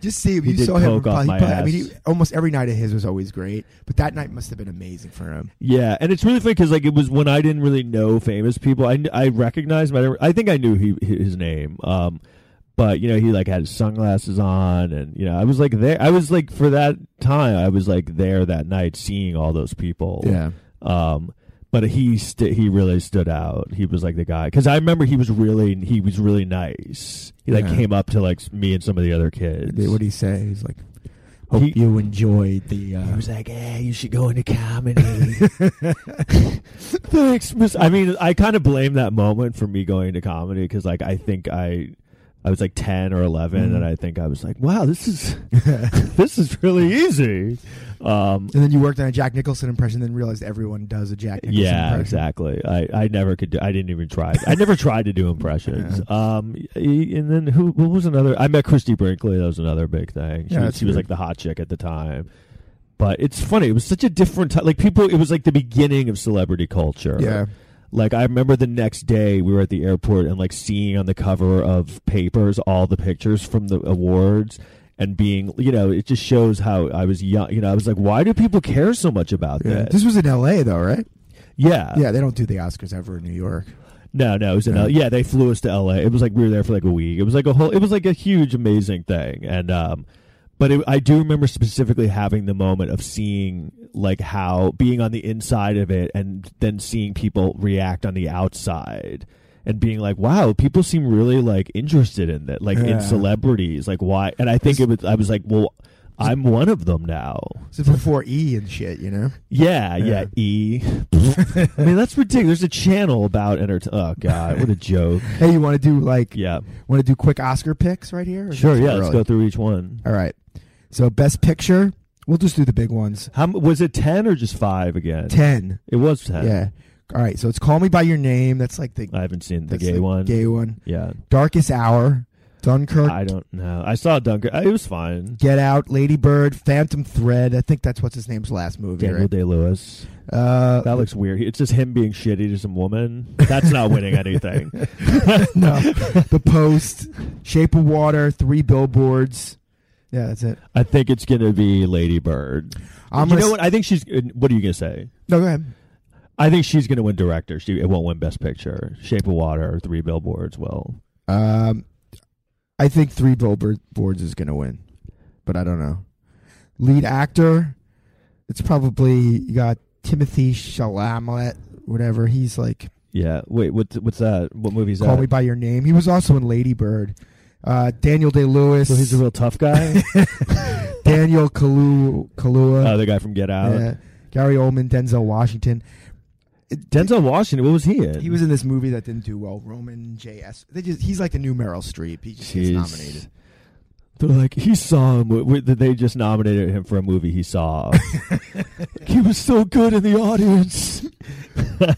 [SPEAKER 2] Just see,
[SPEAKER 1] He
[SPEAKER 2] you
[SPEAKER 1] did
[SPEAKER 2] saw him.
[SPEAKER 1] coke off
[SPEAKER 2] he
[SPEAKER 1] my
[SPEAKER 2] I mean,
[SPEAKER 1] ass.
[SPEAKER 2] he, almost every night of his was always great, but that night must have been amazing for him.
[SPEAKER 1] Yeah, and it's really funny because like it was when I didn't really know famous people. I, kn- I recognized him. I, didn't- I think I knew he his name. Um, but you know he like had his sunglasses on, and you know I was like there. I was like for that time, I was like there that night, seeing all those people. Um, but he st- he really stood out. He was like the guy because I remember he was really he was really nice. He like
[SPEAKER 2] Yeah.
[SPEAKER 1] came up to like s- me and some of the other kids.
[SPEAKER 2] What would he say? He's like,
[SPEAKER 1] "Hope
[SPEAKER 2] "Hope
[SPEAKER 1] He-
[SPEAKER 2] you enjoyed the." uh,
[SPEAKER 1] He was like, "Hey, you should go into comedy." Thanks, Miss. I mean, I kind of blame that moment for me going to comedy because, like, I think I, I was like ten or eleven,
[SPEAKER 2] Mhm.
[SPEAKER 1] and I think I was like, "Wow, this is this is really easy." Um,
[SPEAKER 2] and then you worked on a Jack Nicholson impression, then realized everyone does a Jack Nicholson
[SPEAKER 1] yeah,
[SPEAKER 2] impression.
[SPEAKER 1] exactly. I, I never could. Do, I didn't even try. I never tried to do impressions. Um, y- and then who? What was another? I met Christy Brinkley. That was another big thing. She,
[SPEAKER 2] Yeah,
[SPEAKER 1] was,
[SPEAKER 2] that's
[SPEAKER 1] she was
[SPEAKER 2] weird.
[SPEAKER 1] like the hot chick at the time. But it's funny. It was such a different time. Like people, it was like the beginning of celebrity culture.
[SPEAKER 2] Yeah.
[SPEAKER 1] Like I remember the next day we were at the airport and like seeing on the cover of papers all the pictures from the awards and being you know it just shows how I was young you know I was like why do people care so much about
[SPEAKER 2] Yeah.
[SPEAKER 1] this
[SPEAKER 2] This was in L.A. though, right?
[SPEAKER 1] yeah
[SPEAKER 2] yeah, they don't do the Oscars ever in New York.
[SPEAKER 1] No, no, it was in
[SPEAKER 2] Yeah.
[SPEAKER 1] L- yeah. They flew us to L.A. It was like we were there for like a week. It was like a whole. It was like a huge, amazing thing. And um, but it, I do remember specifically having the moment of seeing like how being on the inside of it, and then seeing people react on the outside, and being like, wow, people seem really like interested in that, like
[SPEAKER 2] Yeah.
[SPEAKER 1] in celebrities, like why? And I think it was. I was like, well, I'm one of them now.
[SPEAKER 2] This is before E and shit, you know.
[SPEAKER 1] Yeah, yeah,
[SPEAKER 2] Yeah.
[SPEAKER 1] E. I mean, that's ridiculous. There's a channel about entertainment. Oh God, what a joke.
[SPEAKER 2] Hey, you want to do like
[SPEAKER 1] Yeah.
[SPEAKER 2] want to do quick Oscar picks right here? or is
[SPEAKER 1] Sure.
[SPEAKER 2] it too
[SPEAKER 1] Yeah. Let's
[SPEAKER 2] early?
[SPEAKER 1] go through each one.
[SPEAKER 2] All right. So best picture, we'll just do the big ones.
[SPEAKER 1] How m- was it? Ten or just five again?
[SPEAKER 2] Ten.
[SPEAKER 1] It was ten.
[SPEAKER 2] Yeah. All right. So it's Call Me by Your Name. That's like the,
[SPEAKER 1] I haven't seen the
[SPEAKER 2] that's
[SPEAKER 1] gay
[SPEAKER 2] the
[SPEAKER 1] one.
[SPEAKER 2] Gay one.
[SPEAKER 1] Yeah.
[SPEAKER 2] Darkest Hour. Dunkirk.
[SPEAKER 1] I don't know. I saw Dunker. uh, It was fine.
[SPEAKER 2] Get Out. Lady Bird. Phantom Thread. I think that's what's his name's last movie.
[SPEAKER 1] Daniel
[SPEAKER 2] Right?
[SPEAKER 1] Day Lewis.
[SPEAKER 2] Uh,
[SPEAKER 1] That looks weird. It's just him being shitty to some woman. That's not winning anything.
[SPEAKER 2] no. the Post. Shape of Water. Three Billboards. Yeah, that's it.
[SPEAKER 1] I think it's gonna be Lady Bird.
[SPEAKER 2] I'm
[SPEAKER 1] you
[SPEAKER 2] gonna
[SPEAKER 1] know
[SPEAKER 2] s-
[SPEAKER 1] what? I think she's. uh, What are you gonna say?
[SPEAKER 2] No, go ahead.
[SPEAKER 1] I think she's gonna win director. She it won't win best picture. Shape of Water, Three Billboards. Well,
[SPEAKER 2] Um, I think three Billboard boards is going to win, but I don't know. Lead actor, it's probably you got Timothy Chalamet, whatever. He's like
[SPEAKER 1] yeah. Wait, what's what's that? What movie is
[SPEAKER 2] Call
[SPEAKER 1] that?
[SPEAKER 2] Me by Your Name. He was also in Lady Bird. Uh, Daniel Day Lewis,
[SPEAKER 1] so he's a real tough guy.
[SPEAKER 2] Daniel Kalu- Kalua,
[SPEAKER 1] uh, the guy from Get Out.
[SPEAKER 2] yeah, Gary Oldman, Denzel Washington. It-
[SPEAKER 1] Denzel Washington. What was he in?
[SPEAKER 2] He was in this movie that didn't do well. Roman J.S. They just, he's like the new Meryl Streep. He just gets
[SPEAKER 1] Jeez.
[SPEAKER 2] nominated.
[SPEAKER 1] They're like, he saw him. W- w- They just nominated him for a movie he saw. he was so good in the audience.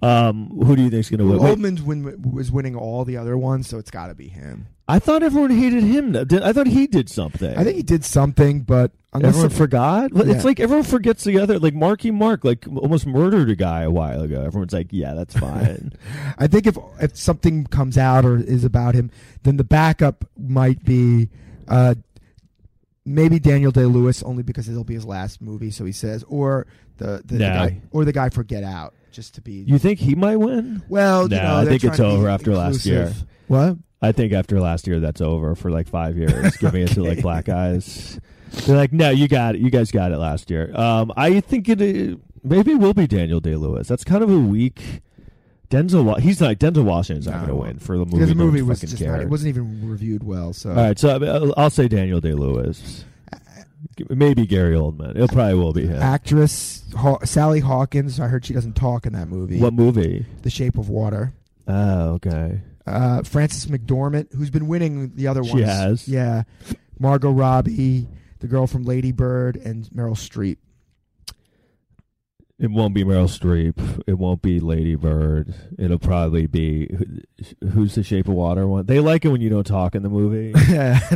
[SPEAKER 1] um, who do you think's going to win?
[SPEAKER 2] Well,
[SPEAKER 1] Wait,
[SPEAKER 2] Oldman's win, was winning all the other ones, so it's got to be him.
[SPEAKER 1] I thought everyone hated him. though. Did- I thought he did something.
[SPEAKER 2] I think he did something, but unless
[SPEAKER 1] everyone forgot. Well, It's
[SPEAKER 2] Yeah.
[SPEAKER 1] like everyone forgets the other. Like Marky Mark, like m- almost murdered a guy a while ago. Everyone's like, yeah, that's fine.
[SPEAKER 2] I think if if something comes out or is about him, then the backup might be uh, maybe Daniel Day Lewis, only because it'll be his last movie, so he says, or the the, the
[SPEAKER 1] No.
[SPEAKER 2] guy or the guy for Get Out, just to be
[SPEAKER 1] you think he might win?
[SPEAKER 2] well.
[SPEAKER 1] No,
[SPEAKER 2] you know,
[SPEAKER 1] I
[SPEAKER 2] they're
[SPEAKER 1] think
[SPEAKER 2] trying
[SPEAKER 1] it's
[SPEAKER 2] to be
[SPEAKER 1] over after last year.
[SPEAKER 2] inclusive. What?
[SPEAKER 1] I think after last year, that's over for like five years, giving it to like black guys. They're like, no, you got it. You guys got it last year. Um, I think it uh, maybe it will be Daniel Day Lewis. That's kind of a weak. Denzel, Wa- he's like Denzel Washington's not
[SPEAKER 2] No.
[SPEAKER 1] going to win for the movie.
[SPEAKER 2] because the
[SPEAKER 1] no one
[SPEAKER 2] movie was
[SPEAKER 1] fucking
[SPEAKER 2] just not, it
[SPEAKER 1] cared.
[SPEAKER 2] wasn't uh, even reviewed well. So
[SPEAKER 1] All right, so I'll- I'll say Daniel Day Lewis. Maybe Gary Oldman. It probably will be him.
[SPEAKER 2] actress Haw- Sally Hawkins. I heard she doesn't talk in that movie.
[SPEAKER 1] What movie?
[SPEAKER 2] The Shape of Water.
[SPEAKER 1] Oh, okay.
[SPEAKER 2] Uh, Frances McDormand, who's been winning the other
[SPEAKER 1] She
[SPEAKER 2] ones.
[SPEAKER 1] has.
[SPEAKER 2] Yeah. Margot Robbie, the girl from Lady Bird, and Meryl Streep.
[SPEAKER 1] It won't be Meryl Streep. It won't be Lady Bird. It'll probably be who- who's the Shape of Water one. They like it when you don't talk in the movie.
[SPEAKER 2] no. uh, I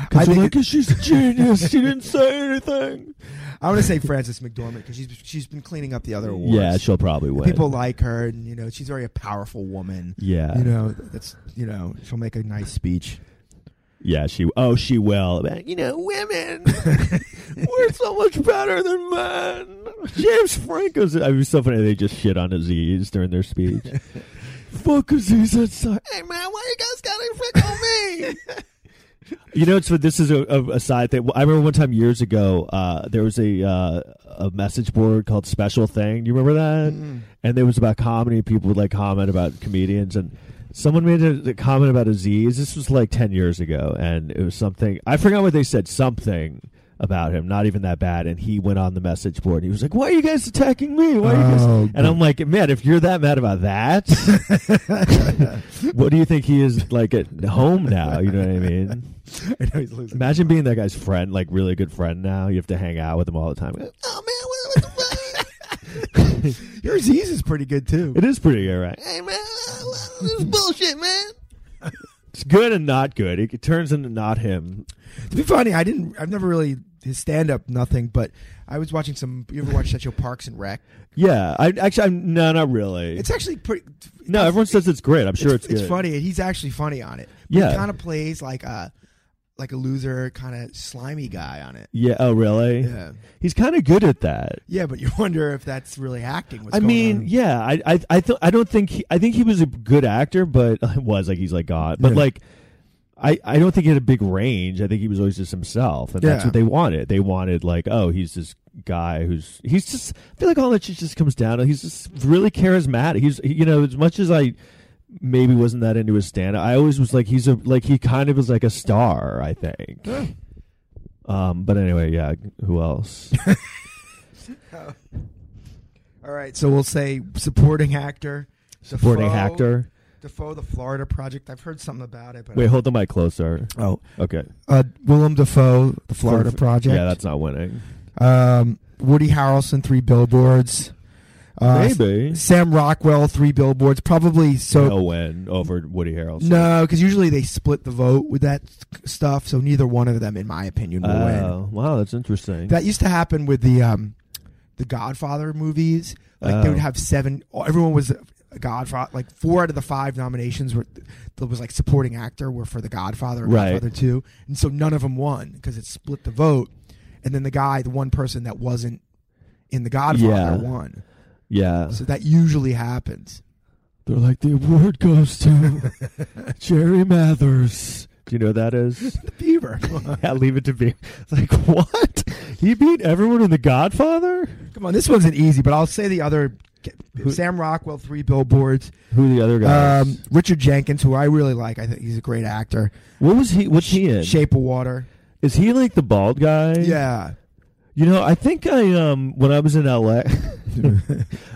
[SPEAKER 1] Because they're
[SPEAKER 2] think
[SPEAKER 1] like, she's a genius. she didn't say anything.
[SPEAKER 2] I want to say Frances McDormand because she's she's been cleaning up the other awards.
[SPEAKER 1] Yeah, she'll probably win.
[SPEAKER 2] people like her, and you know she's very a powerful woman.
[SPEAKER 1] Yeah,
[SPEAKER 2] You know that's you know she'll make a nice speech.
[SPEAKER 1] yeah. She. Oh, she will. But, You know, women. We're so much better than men. James Franco's. I mean, so funny. They just shit on Aziz during their speech. Fuck Aziz. That's so-
[SPEAKER 4] Hey man, why you guys got to inflict on me?
[SPEAKER 1] You know, so this is a, a, a side thing. I remember one time years ago, uh, there was a uh, a message board called Special Thing. Do you remember that?
[SPEAKER 4] Mm-hmm.
[SPEAKER 1] And it was about comedy. People would like comment about comedians, and someone made a, a comment about Aziz. This was like ten years ago, and it was something I forgot what they said. Something about him, not even that bad. And he went on the message board. And he was like, "Why are you guys attacking me? Why are you guys?"
[SPEAKER 2] Oh,
[SPEAKER 1] and I'm like, "Man, if you're that mad about that, what do you think he is like at home now? You know what I mean?"
[SPEAKER 2] I know he's losing.
[SPEAKER 1] Imagine being that guy's friend, like really good friend now. You have to hang out with him all the
[SPEAKER 4] Oh
[SPEAKER 1] time.
[SPEAKER 4] man, what, what the fuck?
[SPEAKER 2] Your disease is pretty good too.
[SPEAKER 1] It is pretty good, right?
[SPEAKER 4] Hey man, this is bullshit, man.
[SPEAKER 1] It's good and not good. It turns into not him.
[SPEAKER 2] To be funny, I didn't. I've never really his stand up nothing, but I was watching some. You ever watch that show Parks and Rec?
[SPEAKER 1] Yeah, I actually, I'm, no, not really.
[SPEAKER 2] It's actually pretty.
[SPEAKER 1] no, everyone says it's great. I'm sure it's, good.
[SPEAKER 2] funny. and He's actually funny on it. But
[SPEAKER 1] Yeah.
[SPEAKER 2] he kind of plays like a like a loser, kind of slimy guy on it.
[SPEAKER 1] Yeah. Oh, really?
[SPEAKER 2] Yeah,
[SPEAKER 1] He's kind of good at that.
[SPEAKER 2] yeah, but you wonder if that's really acting. What's
[SPEAKER 1] I
[SPEAKER 2] going
[SPEAKER 1] mean,
[SPEAKER 2] on.
[SPEAKER 1] yeah, I, I, I, th- I don't think he, I think he was a good actor, but was like he's like God, but
[SPEAKER 2] Yeah.
[SPEAKER 1] like, I, I don't think he had a big range. I think he was always just himself, and that's
[SPEAKER 2] Yeah.
[SPEAKER 1] what they wanted. They wanted like, oh, he's this guy who's he's just. I feel like all that shit just comes down to he's just really charismatic. He's you know as much as I maybe wasn't that into his stand I always was like he's a like he kind of is like a star. I think. Um, but anyway, yeah. Who else?
[SPEAKER 2] All right, so we'll say supporting actor,
[SPEAKER 1] Supporting
[SPEAKER 2] Defoe-
[SPEAKER 1] actor.
[SPEAKER 2] Defoe, the Florida Project. I've heard something about it, but
[SPEAKER 1] Wait, hold the mic closer.
[SPEAKER 2] oh,
[SPEAKER 1] Okay.
[SPEAKER 2] uh, Willem Defoe, the Florida
[SPEAKER 1] For-
[SPEAKER 2] Project.
[SPEAKER 1] Yeah, that's not winning.
[SPEAKER 2] um, Woody Harrelson, Three Billboards. Uh,
[SPEAKER 1] Maybe
[SPEAKER 2] Sam Rockwell, Three Billboards. Probably so.
[SPEAKER 1] he'll win over Woody Harrelson.
[SPEAKER 2] No, because usually they split the vote with that stuff, so neither one of them, in my opinion, will win.
[SPEAKER 1] Oh, wow, that's interesting.
[SPEAKER 2] That used to happen with the um, the Godfather movies. Like they
[SPEAKER 1] Oh.
[SPEAKER 2] would have seven. oh, Everyone was a Godfather. Like four out of the five nominations were that was like supporting actor were for the Godfather, or
[SPEAKER 1] Right.
[SPEAKER 2] Godfather two, and so none of them won because it split the vote. And then the guy, the one person that wasn't in the Godfather,
[SPEAKER 1] Yeah.
[SPEAKER 2] won.
[SPEAKER 1] yeah,
[SPEAKER 2] So that usually happens.
[SPEAKER 1] they're like the award goes to Jerry Mathers. Do you know who that is?
[SPEAKER 2] The Beaver.
[SPEAKER 1] yeah, leave it to be. Like what? He beat everyone in The Godfather.
[SPEAKER 2] Come on, this wasn't easy, but I'll say the other
[SPEAKER 1] Who-
[SPEAKER 2] Sam Rockwell, three billboards.
[SPEAKER 1] Who are the other guys?
[SPEAKER 2] Um, Richard Jenkins, who I really like. I think he's a great actor.
[SPEAKER 1] what was he? What's he in?
[SPEAKER 2] Shape of Water.
[SPEAKER 1] Is he like the bald guy?
[SPEAKER 2] Yeah.
[SPEAKER 1] You know, I think I um when I was in LA,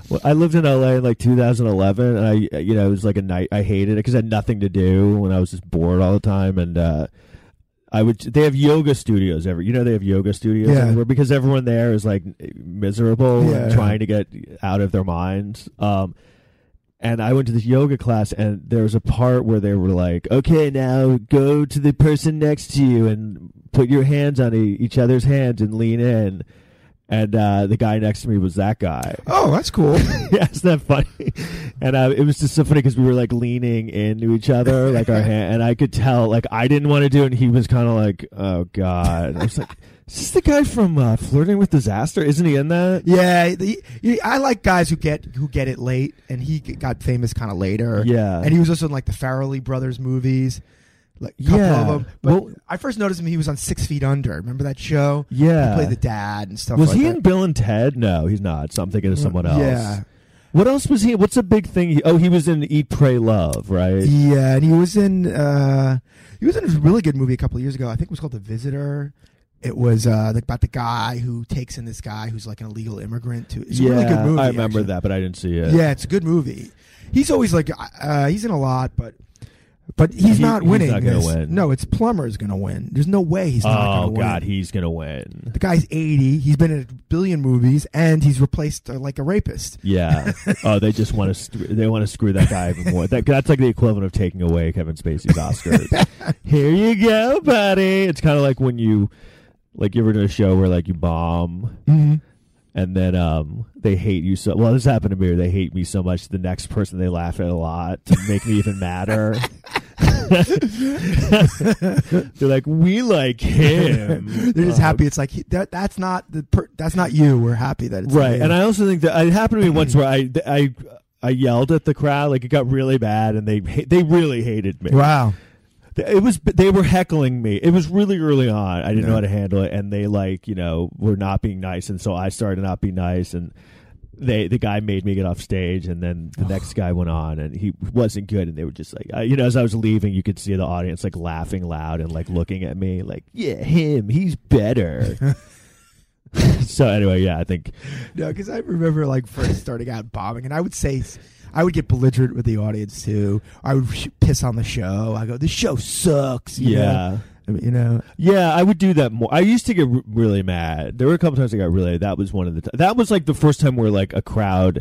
[SPEAKER 1] well, I lived in LA in like 2011, and I you know it was like a night I hated it because I had nothing to do when I was just bored all the time, and uh, I would they have yoga studios every you know they have yoga studios
[SPEAKER 2] Yeah.
[SPEAKER 1] everywhere because everyone there is like miserable
[SPEAKER 2] Yeah.
[SPEAKER 1] and trying to get out of their minds. Um, and I went to this yoga class, and there was a part where they were like, "Okay, now go to the person next to you and put your hands on e- each other's hands and lean in." and uh, the guy next to me was that guy.
[SPEAKER 2] Oh, that's cool.
[SPEAKER 1] yeah, isn't that funny? And uh, it was just so funny because we were like leaning into each other, like our hand, and I could tell, like I didn't want to do, it, and he was kind of like, "Oh God," I was like, "Is this the guy from uh, Flirting with Disaster? Isn't he in that?"
[SPEAKER 2] yeah, the- you- I like guys who get who get it late, and he g- got famous kind of later.
[SPEAKER 1] Yeah.
[SPEAKER 2] and he was also in like the Farrelly brothers movies, like a couple
[SPEAKER 1] Yeah.
[SPEAKER 2] of them. But
[SPEAKER 1] Well-
[SPEAKER 2] I first noticed him he was on Six Feet Under. Remember that show?
[SPEAKER 1] Yeah.
[SPEAKER 2] he played the dad and stuff.
[SPEAKER 1] was
[SPEAKER 2] like
[SPEAKER 1] he
[SPEAKER 2] that.
[SPEAKER 1] in Bill and Ted? No, he's not. So I'm thinking of someone else.
[SPEAKER 2] Yeah,
[SPEAKER 1] What else was he? What's a big thing? He, oh, he was in Eat, Pray, Love, right?
[SPEAKER 2] yeah, and he was in uh, he was in a really good movie a couple of years ago. I think it was called The Visitor. It was uh, like, about the guy who takes in this guy who's like an illegal immigrant. To it's
[SPEAKER 1] yeah,
[SPEAKER 2] a really good movie.
[SPEAKER 1] I remember
[SPEAKER 2] actually.
[SPEAKER 1] that, but I didn't see it.
[SPEAKER 2] Yeah, it's a good movie. He's always like uh, he's in a lot, but but he's
[SPEAKER 1] He-
[SPEAKER 2] not
[SPEAKER 1] he's
[SPEAKER 2] winning.
[SPEAKER 1] not gonna
[SPEAKER 2] this.
[SPEAKER 1] win.
[SPEAKER 2] No, it's Plummer's going to win. There's no way he's not
[SPEAKER 1] oh
[SPEAKER 2] going to win.
[SPEAKER 1] God, he's gonna win.
[SPEAKER 2] the guy's 80. He's been in a billion movies, and he's replaced uh, like a rapist.
[SPEAKER 1] Yeah. oh, they just want to st- they want to screw that guy even more. That, that's like the equivalent of taking away Kevin Spacey's Oscars. Here you go, buddy. It's kind of like when you like you ever do a show where like you bomb
[SPEAKER 2] Mm-hmm.
[SPEAKER 1] and then um they hate you so well this happened to me they hate me so much the next person they laugh at a lot to make me even madder they're like we like him
[SPEAKER 2] They're just
[SPEAKER 1] Um,
[SPEAKER 2] happy. It's like he, that, that's not the per, that's not you. We're happy that it's
[SPEAKER 1] right
[SPEAKER 2] him.
[SPEAKER 1] and i also think that it happened to me once where i i i yelled at the crowd like it got really bad and they ha- they really hated me
[SPEAKER 2] wow.
[SPEAKER 1] it was they were heckling me it was really early on i didn't know
[SPEAKER 2] Yeah.
[SPEAKER 1] how to handle it and they like you know were not being nice and so i started to not be nice and they the guy made me get off stage and then the next guy went on and he wasn't good and they were just like uh, you know as i was leaving you could see the audience like laughing loud and like looking at me like yeah him he's better so anyway yeah i think
[SPEAKER 2] No, because I remember like first starting out bombing, and I would say, I would get belligerent with the audience too. I would sh- piss on the show. I go, "This show sucks." you know?
[SPEAKER 1] yeah
[SPEAKER 2] I mean, you know.
[SPEAKER 1] Yeah, I would do that more. I used to get r- really mad. There were a couple times I got really. That was one of the. T- that was like the first time where like a crowd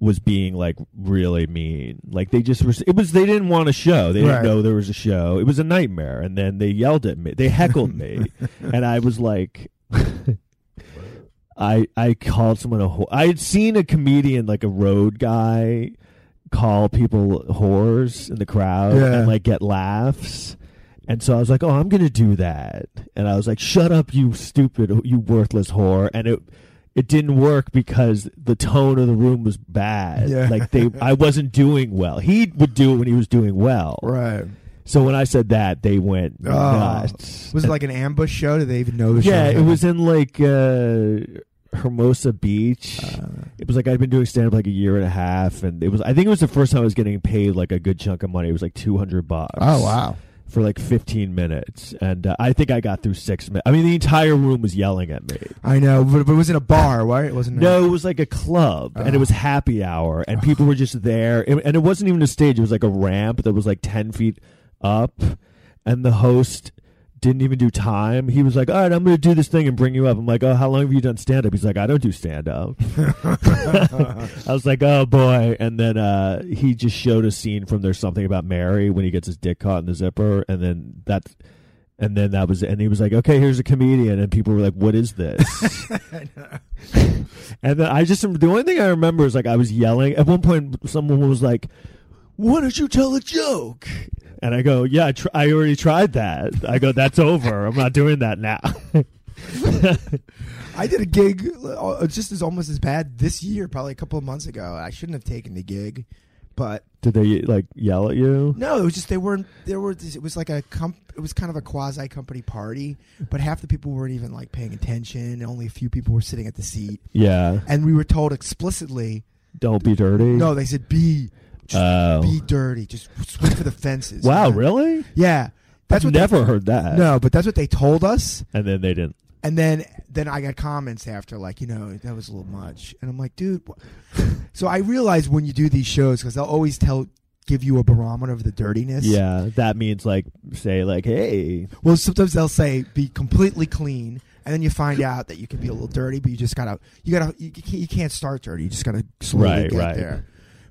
[SPEAKER 1] was being like really mean. Like they just were. It was they didn't want a show. They didn't
[SPEAKER 2] Right.
[SPEAKER 1] know there was a show. It was a nightmare. And then they yelled at me. They heckled me, and I was like. I I called someone a whore. I had seen a comedian like a road guy call people whores in the crowd
[SPEAKER 2] Yeah.
[SPEAKER 1] and like get laughs. And so I was like, "Oh, I'm gonna do that." And I was like, "Shut up, you stupid, you worthless whore!" And it it didn't work because the tone of the room was bad.
[SPEAKER 2] Yeah.
[SPEAKER 1] Like they, I wasn't doing well. He would do it when he was doing well.
[SPEAKER 2] Right.
[SPEAKER 1] So when I said that, they went
[SPEAKER 2] Oh.
[SPEAKER 1] nuts.
[SPEAKER 2] Was it like an ambush show? Did they even know the show?
[SPEAKER 1] Yeah, it was in like uh, Hermosa Beach.
[SPEAKER 2] Uh,
[SPEAKER 1] it was like I'd been doing stand up like a year and a half, and it was I think it was the first time I was getting paid like a good chunk of money. It was like two hundred bucks.
[SPEAKER 2] oh wow.
[SPEAKER 1] For like fifteen minutes, and uh, I think I got through six minutes. I mean, the entire room was yelling at me.
[SPEAKER 2] I know, but, but it was in a bar, right? It wasn't.
[SPEAKER 1] No, it was like a club, and it was happy hour, and people were just there, It- and it wasn't even a stage. It was like a ramp that was like ten feet up, and the host didn't even do time. He was like, "All right, I'm going to do this thing and bring you up." I'm like, "Oh, how long have you done stand up?" He's like, "I don't do stand up." I was like, "Oh boy!" And then uh, he just showed a scene from "There's Something About Mary" when he gets his dick caught in the zipper, and then that. And then that was it. And he was like, okay, here's a comedian. And people were like, what is this? And then I just the only thing I remember is like I was yelling at one point. Someone was like, "Why don't you tell a joke?" And I go, "Yeah, I, tr- I already tried that." I go, "That's over. I'm not doing that now."
[SPEAKER 2] I did a gig uh, just as almost as bad this year, probably a couple of months ago. I shouldn't have taken the gig, but
[SPEAKER 1] Did they like yell at you?
[SPEAKER 2] No, it was just they weren't. There were. This, it was like a comp. It was kind of a quasi company party, but half the people weren't even like paying attention. and Only a few people were sitting at the seat,
[SPEAKER 1] Yeah,
[SPEAKER 2] and we were told explicitly.
[SPEAKER 1] don't be dirty.
[SPEAKER 2] No, they said be, just
[SPEAKER 1] Oh.
[SPEAKER 2] be dirty, just swing for the fences.
[SPEAKER 1] Wow,
[SPEAKER 2] Yeah.
[SPEAKER 1] really?
[SPEAKER 2] Yeah, that's
[SPEAKER 1] That's
[SPEAKER 2] what.
[SPEAKER 1] I've never heard that.
[SPEAKER 2] They, no, but that's what they told us,
[SPEAKER 1] and then they didn't.
[SPEAKER 2] and then then I got comments after like you know that was a little much, and I'm like, dude. wh- So I realized when you do these shows because they'll always tell give you a barometer of the dirtiness.
[SPEAKER 1] Yeah, that means like say like, "Hey,
[SPEAKER 2] Well, sometimes they'll say be completely clean, and then you find out that you can be a little dirty, but you just gotta you gotta you can't, you can't start dirty. You just gotta slowly
[SPEAKER 1] Right,
[SPEAKER 2] get
[SPEAKER 1] right.
[SPEAKER 2] there.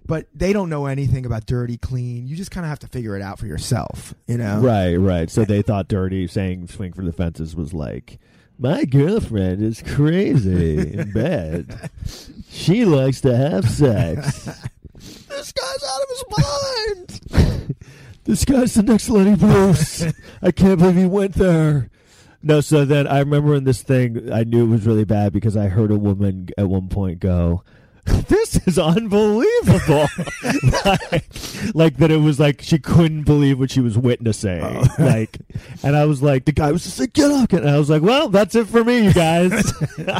[SPEAKER 2] But they don't know anything about dirty, clean. You just kind of have to figure it out for yourself. You know,
[SPEAKER 1] right, right." So they thought dirty saying swing for the fences was like My girlfriend is crazy in bed. She likes to have sex.
[SPEAKER 4] This guy's out of his mind.
[SPEAKER 1] this guy's the next Lenny Bruce. I can't believe he went there. No, so then I remember in this thing, I knew it was really bad because I heard a woman at one point go, "This is unbelievable!" like, like that, it was like she couldn't believe what she was witnessing. Like, and I was like, the guy was just like, "Get up!" And I was like, "Well, that's it for me, you guys."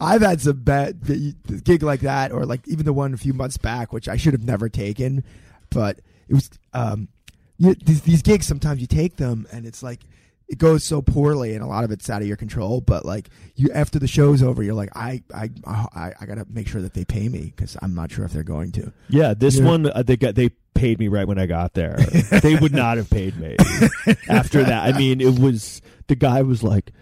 [SPEAKER 2] I've had some bad the- the gig like that, or like even the one a few months back, which I should have never taken, but it was um, you, these, these gigs. Sometimes you take them, and it's like it goes so poorly, and a lot of it's out of your control. But like you, after the show's over, you're like, I, I, I, I gotta make sure that they pay me because I'm not sure if they're going to.
[SPEAKER 1] Yeah, this
[SPEAKER 2] Yeah.
[SPEAKER 1] one uh, they got they paid me right when I got there. they would not have paid me after that. I mean, it was the guy was like,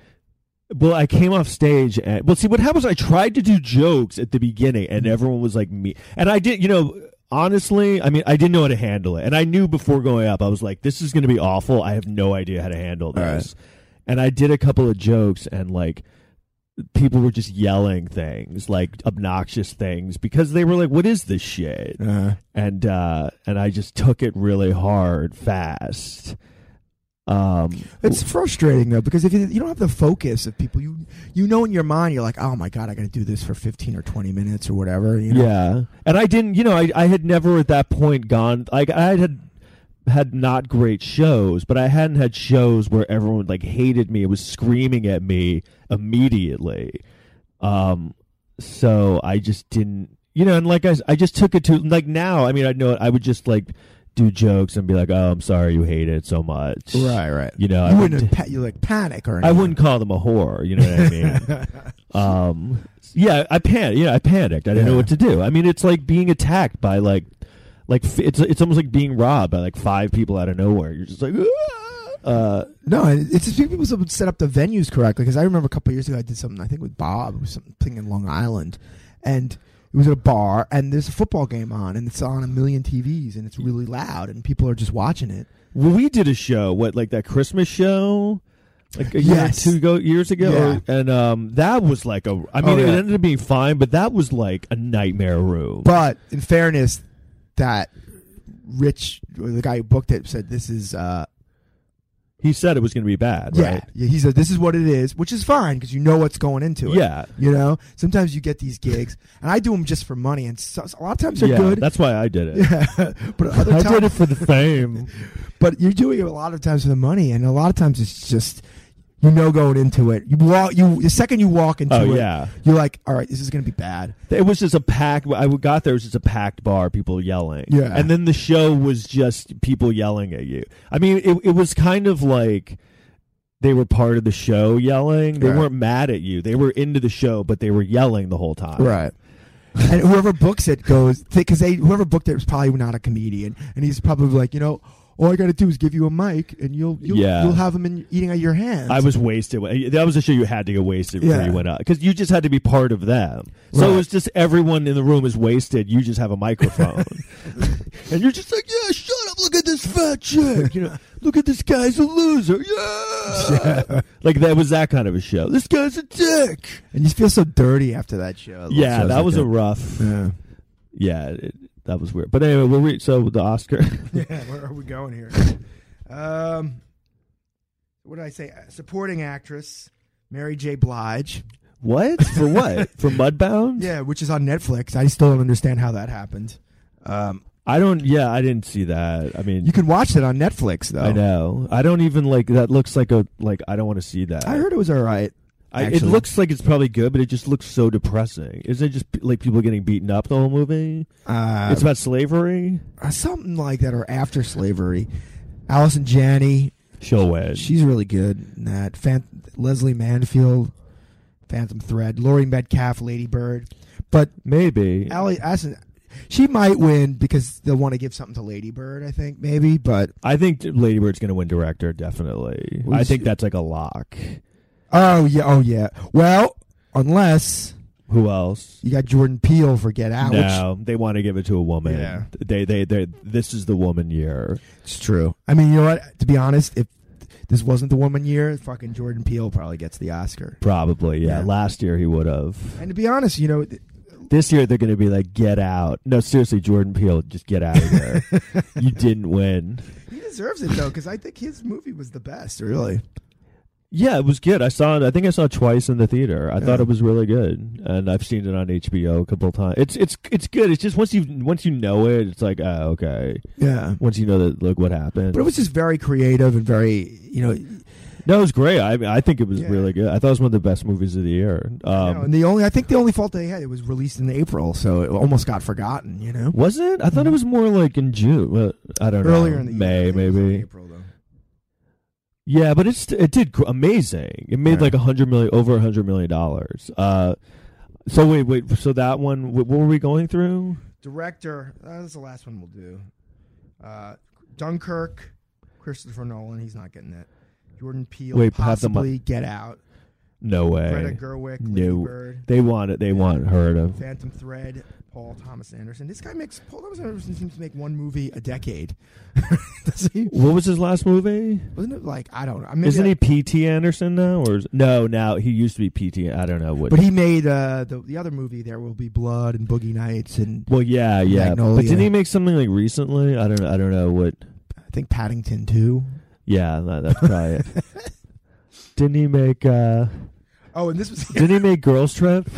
[SPEAKER 1] "Well, I came off stage and well, see what happens. I tried to do jokes at the beginning, and everyone was like me, and I did, you know." Honestly, I mean, I didn't know how to handle it, and I knew before going up, I was like, "This is going to be awful. I have no idea how to handle
[SPEAKER 2] All right.
[SPEAKER 1] this." And I did a couple of jokes, and like, people were just yelling things, like obnoxious things, because they were like, "What is this shit?"
[SPEAKER 2] Uh,
[SPEAKER 1] and uh, and I just took it really hard, fast. Um,
[SPEAKER 2] it's frustrating though because if you, you don't have the focus of people, you you know in your mind you're like, oh my god, I gotta do this for 15 or 20 minutes or whatever. You know?
[SPEAKER 1] yeah, and I didn't, you know, I I had never at that point gone like I had had not great shows, but I hadn't had shows where everyone like hated me, was screaming at me immediately. Um, so I just didn't, you know, and like I, s- I just took it to like now. I mean, I know I would just like do jokes and be like, "Oh, I'm sorry, you hate it so much."
[SPEAKER 2] right.
[SPEAKER 1] You know, I
[SPEAKER 2] you wouldn't pa- you like panic or
[SPEAKER 1] I
[SPEAKER 2] anything.
[SPEAKER 1] wouldn't call them a whore. You know what I mean? um, yeah, I pan. Yeah, I panicked. I didn't
[SPEAKER 2] Yeah.
[SPEAKER 1] know what to do. I mean, it's like being attacked by like, like f- it's it's almost like being robbed by like five people out of nowhere. You're just like, "Ah!" uh,
[SPEAKER 2] No, and it's just people would set up the venues correctly because I remember a couple years ago I did something I think with Bob it was something in Long Island, and it was at a bar and there's a football game on and it's on a million TVs and it's really loud and people are just watching it.
[SPEAKER 1] well, we did a show. What like that Christmas show. Like a year or
[SPEAKER 2] Yes.
[SPEAKER 1] two ago, years ago,
[SPEAKER 2] Yeah.
[SPEAKER 1] and um, that was like a. I mean,
[SPEAKER 2] Oh,
[SPEAKER 1] it
[SPEAKER 2] yeah.
[SPEAKER 1] ended up being fine, but that was like a nightmare room.
[SPEAKER 2] But in fairness, that Rich, or the guy who booked it, said this is uh,
[SPEAKER 1] he said it was going to be bad,
[SPEAKER 2] yeah,
[SPEAKER 1] right?
[SPEAKER 2] yeah. He said this is what it is, which is fine because you know what's going into it.
[SPEAKER 1] Yeah,
[SPEAKER 2] You know, sometimes you get these gigs, and I do them just for money, and so, a lot of times they're
[SPEAKER 1] yeah.
[SPEAKER 2] good.
[SPEAKER 1] That's why I did it.
[SPEAKER 2] Yeah, but other
[SPEAKER 1] I
[SPEAKER 2] times,
[SPEAKER 1] did it for the fame.
[SPEAKER 2] but you're doing it a lot of times for the money, and a lot of times it's just you know going into it. You walk, you the second you walk into
[SPEAKER 1] oh
[SPEAKER 2] it,
[SPEAKER 1] yeah,
[SPEAKER 2] you're like, all right, this is going to be bad.
[SPEAKER 1] It was just a packed. I got there. It was just a packed bar. People yelling.
[SPEAKER 2] Yeah.
[SPEAKER 1] And then the show was just people yelling at you. I mean, it it was kind of like they were part of the show yelling. They
[SPEAKER 2] Right.
[SPEAKER 1] weren't mad at you. They were into the show, but they were yelling the whole time.
[SPEAKER 2] Right. and whoever books it goes because they whoever booked it was probably not a comedian, and he's probably like, you know, all I got to do is give you a mic, and you'll you'll,
[SPEAKER 1] Yeah.
[SPEAKER 2] you'll have them in, eating out of your hands.
[SPEAKER 1] I was wasted. when- That was a show you had to get wasted before
[SPEAKER 2] Yeah.
[SPEAKER 1] you went out because you just had to be part of them. So
[SPEAKER 2] Right.
[SPEAKER 1] it was just everyone in the room is wasted. You just have a microphone, and you're just like, "Yeah, shut up! Look at this fat chick. You know, look at this guy's a loser. Yeah, like that was that kind of a show. This guy's a dick.
[SPEAKER 2] and you feel so dirty after that show.
[SPEAKER 1] Yeah,
[SPEAKER 2] Shows
[SPEAKER 1] that
[SPEAKER 2] like
[SPEAKER 1] was a rough.
[SPEAKER 2] Yeah.
[SPEAKER 1] Yeah, it, that was weird. But anyway, we'll re- so the Oscar.
[SPEAKER 2] yeah, where are we going here? Um, what did I say? Uh, Supporting actress Mary J. Blige.
[SPEAKER 1] what for? What for? Mudbound?
[SPEAKER 2] Yeah, which is on Netflix. I still don't understand how that happened. Um,
[SPEAKER 1] I don't. Yeah, I didn't see that. I mean,
[SPEAKER 2] you can watch it on Netflix though.
[SPEAKER 1] I know. I don't even like that. Looks like a like. I don't want to see that.
[SPEAKER 2] I heard it was all right.
[SPEAKER 1] I, it
[SPEAKER 2] actually.
[SPEAKER 1] looks like it's probably good, but it just looks so depressing. Isn't it just p- like people getting beaten up the whole movie?
[SPEAKER 2] Uh,
[SPEAKER 1] it's about slavery.
[SPEAKER 2] uh, something like that, or after slavery. Allison Janney,
[SPEAKER 1] She'll win.
[SPEAKER 2] she's really good. In that Fan- Leslie Manfield, Phantom Thread, Laurie Metcalf, Lady Bird, but
[SPEAKER 1] Maybe.
[SPEAKER 2] Allie Asin, she might win because they'll want to give something to Lady Bird, I think, maybe. But
[SPEAKER 1] I think Lady Bird's going to win director. Definitely.
[SPEAKER 2] Well,
[SPEAKER 1] I think
[SPEAKER 2] she-
[SPEAKER 1] that's like a lock.
[SPEAKER 2] oh yeah, oh yeah. Well, unless
[SPEAKER 1] Who else?
[SPEAKER 2] you got Jordan Peele for Get Out,
[SPEAKER 1] no, they want to give it to a woman.
[SPEAKER 2] Yeah.
[SPEAKER 1] They, they, they. This is the woman year.
[SPEAKER 2] which it's true. I mean, you know what? To be honest, if this wasn't the woman year, fucking Jordan Peele probably gets the Oscar.
[SPEAKER 1] Probably, yeah.
[SPEAKER 2] Yeah.
[SPEAKER 1] Last year he would have.
[SPEAKER 2] And to be honest, you know, th-
[SPEAKER 1] This year they're going to be like, get out. No, seriously, Jordan Peele, just get out of here. you didn't win.
[SPEAKER 2] he deserves it though because I think his movie was the best. Really,
[SPEAKER 1] Yeah, it was good. I saw it. I think I saw it twice in the theater. I thought
[SPEAKER 2] Yeah.
[SPEAKER 1] it was really good, and I've seen it on HBO a couple times. It's it's it's good. It's just once you once you know it, it's like oh okay.
[SPEAKER 2] yeah.
[SPEAKER 1] Once you know that, look what happened.
[SPEAKER 2] But it was just very creative and very, you know,
[SPEAKER 1] no, it was great. I mean, I think it was
[SPEAKER 2] Yeah.
[SPEAKER 1] really good. I thought it was one of the best movies of the year.
[SPEAKER 2] you
[SPEAKER 1] Um,
[SPEAKER 2] know, and the only I think the only fault they had it was released in April, so it almost got forgotten. You know,
[SPEAKER 1] was it? I thought it was more like in June. Well, I don't know.
[SPEAKER 2] Mm-hmm. earlier in the
[SPEAKER 1] um, May
[SPEAKER 2] year, I think it was in
[SPEAKER 1] maybe.
[SPEAKER 2] April though.
[SPEAKER 1] Yeah, but it's it did gr- amazing. It made
[SPEAKER 2] Yeah.
[SPEAKER 1] like a hundred million over a hundred million dollars. Uh, so wait, wait. So that one, wh- what were we going through?
[SPEAKER 2] Director, uh, that's the last one we'll do. Uh, Dunkirk, Christopher Nolan. He's not getting it. Jordan Peele,
[SPEAKER 1] Wait, Pat the Mon-
[SPEAKER 2] possibly Get Out.
[SPEAKER 1] No way.
[SPEAKER 2] Greta Gerwig,
[SPEAKER 1] No.
[SPEAKER 2] Lady Bird,
[SPEAKER 1] They want it. They want her to.
[SPEAKER 2] Phantom Thread, Paul Thomas Anderson. This guy makes Paul Thomas Anderson seems to make one movie a decade. Doesn't he?
[SPEAKER 1] What was his last movie?
[SPEAKER 2] Wasn't it like I don't know? I mean,
[SPEAKER 1] Isn't he P.T. Anderson now? Or is, no, now he used to be P.T. I don't know what.
[SPEAKER 2] But he made uh, the the other movie. There will be blood and Boogie Nights, and
[SPEAKER 1] well, yeah, yeah.
[SPEAKER 2] Magnolia.
[SPEAKER 1] But didn't he make something like recently? I don't. I don't know what.
[SPEAKER 2] I think Paddington too.
[SPEAKER 1] Yeah, that, that's probably it. Didn't he make? uh
[SPEAKER 2] Oh, and this was
[SPEAKER 1] Didn't he make Girls Trip?